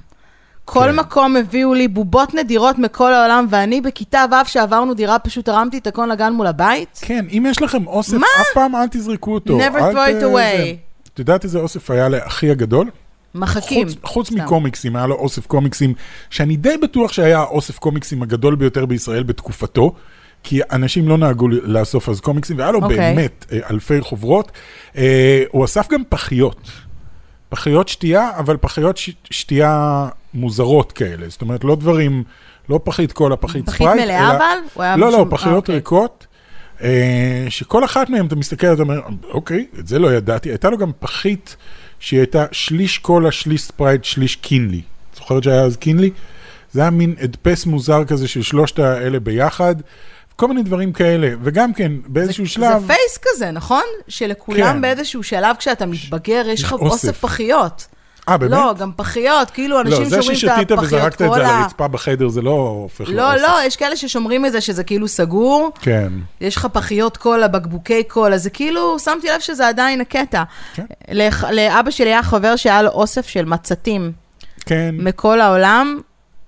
Speaker 2: כל
Speaker 3: כן.
Speaker 2: מקום הביאו לי בובות נדירות מכל העולם, ואני בכיתה ו' שעברנו דירה, פשוט הרמתי את הכל לגן מול הבית.
Speaker 3: כן, אם יש לכם אוסף,
Speaker 2: מה?
Speaker 3: אף פעם אל תזרקו אותו.
Speaker 2: Never
Speaker 3: אל
Speaker 2: throw it
Speaker 3: ת-
Speaker 2: away.
Speaker 3: זה. את יודעת איזה אוסף היה לאחי הגדול?
Speaker 2: מחכים.
Speaker 3: חוץ, חוץ
Speaker 2: סתם.
Speaker 3: מקומיקסים, היה לו אוסף קומיקסים, שאני די בטוח שהיה אוסף קומיקסים הגדול ביותר בישראל בתקופתו, כי אנשים לא נהגו ל- לאסוף אז קומיקסים, והיה לו okay.
Speaker 2: אוקיי.
Speaker 3: באמת אה, אלפי חוברות. אה, הוא אסף גם פחיות. פחיות שתייה, אבל פחיות ש... שתייה מוזרות כאלה. זאת אומרת, לא דברים, לא פחית קולה, פחית
Speaker 2: פחית
Speaker 3: ספרייט.
Speaker 2: מלאה
Speaker 3: אלא-
Speaker 2: אבל? הוא היה
Speaker 3: לא, לא,
Speaker 2: משום- אה,
Speaker 3: פחיות
Speaker 2: אוקיי.
Speaker 3: ריקות. אה, שכל אחת מהן, אתה מסתכל, אתה אומר, אוקיי, את זה לא ידעתי. הייתה לו גם פחית שהיא הייתה שליש קולה, שליש ספרייט, שליש קינלי. זוכרת שהיה אז קינלי? זה היה מין הדפס מוזר כזה של שלושת האלה ביחד. כל מיני דברים כאלה, וגם כן, באיזשהו שלב...
Speaker 2: זה פייס כזה, נכון? שלכולם
Speaker 3: כן.
Speaker 2: באיזשהו שלב כשאתה מתבגר, יש לך
Speaker 3: אוסף.
Speaker 2: אוסף פחיות.
Speaker 3: אה, באמת?
Speaker 2: לא, גם פחיות, כאילו
Speaker 3: לא,
Speaker 2: אנשים
Speaker 3: זה
Speaker 2: שומרים את הפחיות
Speaker 3: ששתית
Speaker 2: כל ה...
Speaker 3: וזרקת את זה על הרצפה בחדר, זה לא הופך
Speaker 2: לא,
Speaker 3: לאוסף.
Speaker 2: לא, יש כאלה ששומרים את זה שזה כאילו סגור.
Speaker 3: כן.
Speaker 2: יש לך פחיות קולה, בקבוקי קולה, זה כאילו, שמתי לב שזה עדיין הקטע.
Speaker 3: כן.
Speaker 2: לח- לאבא שלי היה חבר שהיה לו אוסף של מצתים
Speaker 3: כן.
Speaker 2: מכל העולם,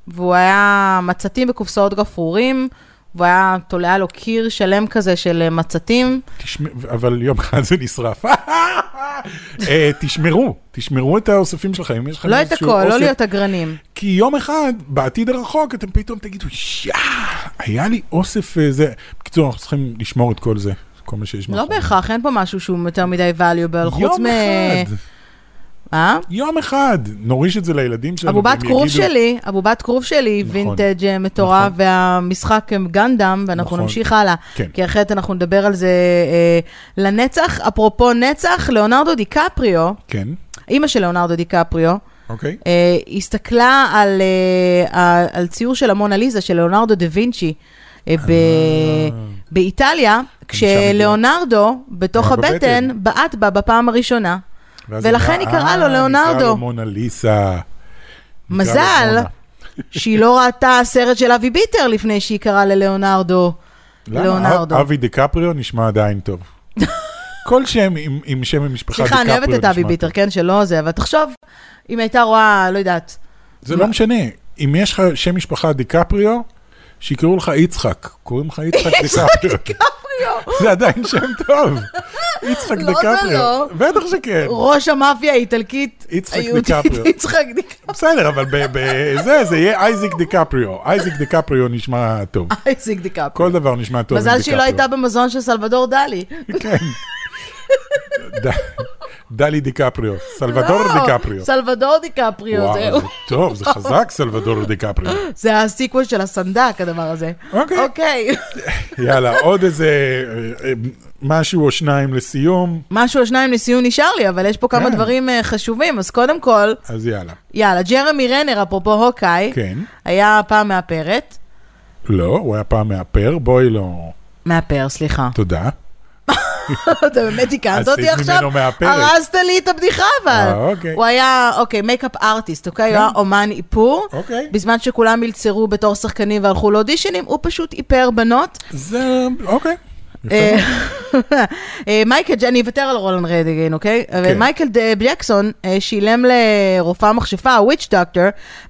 Speaker 2: והוא היה מצתים בקופסאות גפרורים, והוא היה תולע לו קיר שלם כזה של אה, מצתים.
Speaker 3: תשמ... אבל יום אחד זה נשרף. אה, תשמרו, תשמרו את האוספים שלכם, אם יש לכם
Speaker 2: לא את
Speaker 3: איזשהו
Speaker 2: הכל, לא
Speaker 3: אוסף,
Speaker 2: להיות אגרנים.
Speaker 3: כי יום אחד, בעתיד הרחוק, אתם פתאום תגידו, יא, היה לי אוסף אה, זה. בקיצור, אנחנו צריכים לשמור את כל זה, כל מה שיש
Speaker 2: לא בהכרח, אין פה משהו שהוא יותר מדי valuable, חוץ
Speaker 3: נכון.
Speaker 2: מ...
Speaker 3: יום אחד,
Speaker 2: אה?
Speaker 3: יום אחד, נוריש את זה לילדים שלנו,
Speaker 2: הבובת
Speaker 3: והם
Speaker 2: כרוב
Speaker 3: יגידו-
Speaker 2: שלי, הבובת כרוב שלי,
Speaker 3: נכון.
Speaker 2: וינטג' אה, מטורף,
Speaker 3: נכון.
Speaker 2: והמשחק הם גנדם, ואנחנו
Speaker 3: נכון.
Speaker 2: נמשיך הלאה.
Speaker 3: כן.
Speaker 2: כי אחרת אנחנו נדבר על זה אה, לנצח. אפרופו נצח, ליאונרדו דיקפריו,
Speaker 3: כן,
Speaker 2: אימא של ליאונרדו דיקפריו,
Speaker 3: אוקיי.
Speaker 2: אה, הסתכלה על, אה, ה- על ציור של המונליזה של ליאונרדו דה וינצ'י אה, ב- באיטליה, כשלאונרדו, בתוך
Speaker 3: היה אה, בבטן.
Speaker 2: הבטן, בעט בה בפעם הראשונה.
Speaker 3: ואז
Speaker 2: ולכן
Speaker 3: אמרה,
Speaker 2: היא קראה לו
Speaker 3: "אה, נקרא
Speaker 2: ליאונרדו."
Speaker 3: לו מונליסה. נקרא לו
Speaker 2: מזל
Speaker 3: מונה.
Speaker 2: שהיא לא ראתה סרט של אבי ביטר לפני שהיא קראה ללאונרדו.
Speaker 3: למה?
Speaker 2: ליאונרדו.
Speaker 3: אב- אבי דיקפריו נשמע עדיין טוב. כל שם עם, עם שם המשפחה
Speaker 2: סליחה, אני
Speaker 3: דיקפריו
Speaker 2: אוהבת את אבי
Speaker 3: נשמע
Speaker 2: ביטר,
Speaker 3: טוב.
Speaker 2: כן, שלא זה, אבל תחשוב, אם הייתה רואה, לא יודעת,
Speaker 3: זה לא משנה, אם יש לך שם משפחה דיקפריו, שיקראו לך יצחק. קוראים לך יצחק דיקפריו.
Speaker 2: דיקפריו,
Speaker 3: זה עדיין שם טוב. יצחק
Speaker 2: לא, זה
Speaker 3: דיקפריו.
Speaker 2: לא.
Speaker 3: בטח שכן.
Speaker 2: ראש המאפיה האיטלקית,
Speaker 3: יצחק
Speaker 2: היהודית,
Speaker 3: דיקפריו.
Speaker 2: יצחק דיקפריו,
Speaker 3: בסדר, אבל ב- ב- זה, זה יהיה אייזיק דיקפריו. אייזיק דיקפריו נשמע טוב.
Speaker 2: אייזיק דיקפריו.
Speaker 3: כל דבר נשמע טוב. עם
Speaker 2: מזל שהיא לא
Speaker 3: דיקפריו.
Speaker 2: הייתה במזון של סלבדור דלי.
Speaker 3: כן. ד- דלי דיקפריו. סלבדור
Speaker 2: לא,
Speaker 3: דיקפריו.
Speaker 2: סלבדור דיקפריו,
Speaker 3: וואו,
Speaker 2: זהו.
Speaker 3: זה טוב, זה חזק, סלבדור דיקפריו.
Speaker 2: זה הסיקוול של הסנדק, הדבר הזה.
Speaker 3: אוקיי.
Speaker 2: אוקיי.
Speaker 3: יאללה, עוד איזה אה, אה, משהו או שניים לסיום,
Speaker 2: משהו או שניים לסיום נשאר לי, אבל יש פה כמה
Speaker 3: כן.
Speaker 2: דברים אה, חשובים. אז קודם כל,
Speaker 3: אז יאללה.
Speaker 2: יאללה, ג'רמי רנר, אפרופו הוקאי,
Speaker 3: כן.
Speaker 2: היה פעם מאפרת.
Speaker 3: לא, הוא היה פעם מאפר, בואי לא...
Speaker 2: מאפר, סליחה.
Speaker 3: תודה.
Speaker 2: אתה באמת תיקנת אותי
Speaker 3: עשית
Speaker 2: עכשיו?
Speaker 3: ממנו מאפרת.
Speaker 2: הרסת לי את הבדיחה אבל.
Speaker 3: אה, אוקיי.
Speaker 2: הוא היה, אוקיי, מייקאפ ארטיסט, אוקיי?
Speaker 3: כן.
Speaker 2: הוא היה אומן איפור.
Speaker 3: אוקיי.
Speaker 2: בזמן שכולם ילצרו בתור שחקנים והלכו לאודישנים, הוא פשוט איפר בנות.
Speaker 3: זה... אוקיי. יפה.
Speaker 2: אה, אה, מייקל, ג'- אני אוותר על רולן רדיגן, אוקיי?
Speaker 3: כן.
Speaker 2: אבל מייקל ד- ג'קסון אה, שילם לרופאה מכשפה, וויץ' דוקטור,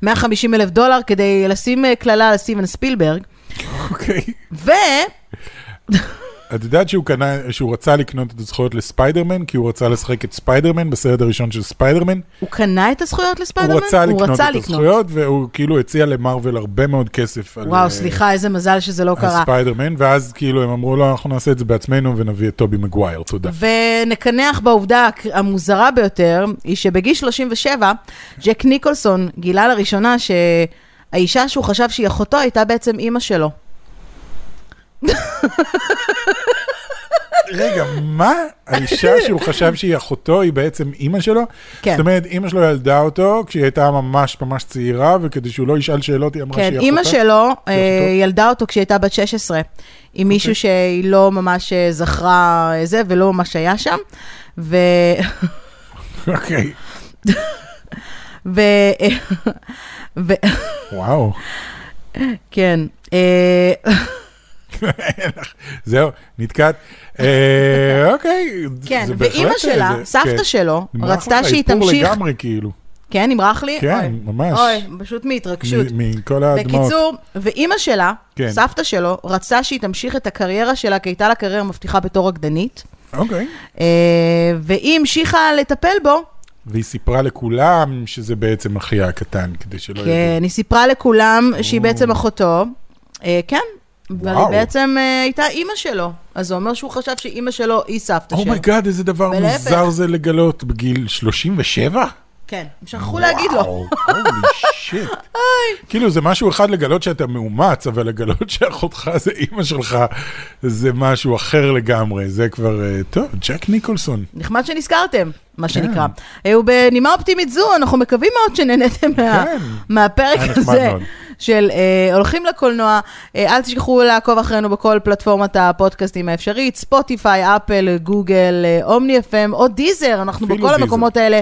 Speaker 2: 150 אלף דולר כדי לשים אה, קללה על סטיבן ספילברג.
Speaker 3: אוקיי.
Speaker 2: ו...
Speaker 3: את יודעת שהוא קנה, שהוא רצה לקנות את הזכויות לספיידרמן, כי הוא רצה לשחק את ספיידרמן בסרט הראשון של ספיידרמן.
Speaker 2: הוא קנה את הזכויות לספיידרמן?
Speaker 3: הוא רצה לקנות את הזכויות, והוא כאילו הציע למרוויל הרבה מאוד כסף. על, אה,
Speaker 2: וואו, סליחה, איזה מזל שזה לא
Speaker 3: על
Speaker 2: קרה.
Speaker 3: ספיידרמן, ואז כאילו הם אמרו לו, אנחנו נעשה את זה בעצמנו ונביא את טובי מגווייר, תודה.
Speaker 2: ונקנח בעובדה הכ- המוזרה ביותר, היא שבגיל 37, ג'ק ניקולסון גילה לראשונה שהאישה שהוא חשב שהיא אחותו הייתה בעצם אימא שלו.
Speaker 3: רגע, מה? האישה שהוא חשב שהיא אחותו, היא בעצם אימא שלו?
Speaker 2: כן.
Speaker 3: זאת אומרת, אימא שלו ילדה אותו כשהיא הייתה ממש ממש צעירה, וכדי שהוא לא ישאל שאלות, היא אמרה שהיא
Speaker 2: כן,
Speaker 3: אחותה.
Speaker 2: אימא שלו אה,
Speaker 3: אחותו?
Speaker 2: ילדה אותו כשהיא הייתה בת 16, עם מישהו שהיא לא ממש אה, זכרה אה, זה, ולא ממש היה שם. ו...
Speaker 3: אוקיי,
Speaker 2: ו... ו...
Speaker 3: וואו.
Speaker 2: כן. אה,
Speaker 3: זהו, נתקעת. אה, אוקיי.
Speaker 2: כן,
Speaker 3: זה בהחלט,
Speaker 2: ואימא
Speaker 3: אה,
Speaker 2: שלה,
Speaker 3: זה-
Speaker 2: סבתא
Speaker 3: כן.
Speaker 2: שלו,
Speaker 3: נמרח
Speaker 2: רצתה
Speaker 3: לך
Speaker 2: שהיא
Speaker 3: איפור
Speaker 2: תמשיך...
Speaker 3: לגמרי, כאילו.
Speaker 2: כן, נמרח לי?
Speaker 3: כן,
Speaker 2: אוי.
Speaker 3: ממש.
Speaker 2: אוי, פשוט מהתרגשות.
Speaker 3: מ- מכל הדמעות.
Speaker 2: בקיצור, ואימא שלה,
Speaker 3: כן.
Speaker 2: סבתא שלו, רצתה שהיא תמשיך את הקריירה שלה, כי הייתה לה קריירה מבטיחה בתור רקדנית,
Speaker 3: אוקיי.
Speaker 2: אה, והיא המשיכה לטפל בו.
Speaker 3: והיא סיפרה לכולם שזה בעצם אחיה הקטן, כדי שלא ידעו.
Speaker 2: כן, היא סיפרה לכולם שהיא בעצם אחותו. אה, כן, אבל היא
Speaker 3: וואו.
Speaker 2: בעצם אה, הייתה אימא שלו. אז זה אומר שהוא חשב
Speaker 3: Oh
Speaker 2: שאימא שלו היא סבתא שלו.
Speaker 3: אומייגאד, איזה דבר
Speaker 2: ולהפך.
Speaker 3: מוזר זה לגלות בגיל 37?
Speaker 2: כן, הם שכחו להגיד לו.
Speaker 3: וואו, holy shit. כאילו, זה משהו אחד לגלות שאתה מאומץ, אבל לגלות שאחותך זה אימא שלך, זה משהו אחר לגמרי. זה כבר, אה, טוב, ג'ק ניקולסון.
Speaker 2: נחמד שנזכרתם, מה
Speaker 3: כן.
Speaker 2: שנקרא. אה, ובנימה אופטימית זו, אנחנו מקווים מאוד שנהניתם מה-
Speaker 3: כן.
Speaker 2: מהפרק
Speaker 3: היה נחמד
Speaker 2: הזה
Speaker 3: מאוד.
Speaker 2: של אה, הולכים לקולנוע. אה, אל תשכחו לעקוב אחרינו בכל פלטפורמת הפודקאסטים האפשרית, ספוטיפיי, אפל, גוגל, אה, אומני FM או דיזר, אנחנו
Speaker 3: אפילו
Speaker 2: בכל
Speaker 3: דיזר.
Speaker 2: המקומות האלה.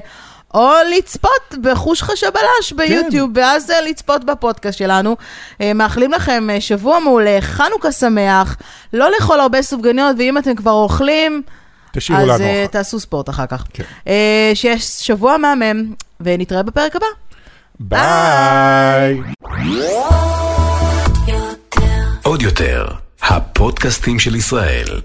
Speaker 2: או לצפות בחוש
Speaker 3: כן.
Speaker 2: חשבלש ביוטיוב, ואז אה, לצפות בפודקאסט שלנו. אה, מאחלים לכם אה, שבוע מעולה, חנוכה שמח, לא לאכול הרבה סופגניות, ואם אתם כבר אוכלים,
Speaker 3: תשאירו לנו
Speaker 2: אז אה,
Speaker 3: אחת.
Speaker 2: תעשו ספורט אחר כך.
Speaker 3: כן.
Speaker 2: אה, שיש שבוע מהמם, ונתראה בפרק הבא.
Speaker 3: ביי.
Speaker 1: עוד יותר, הפודקאסטים של ישראל.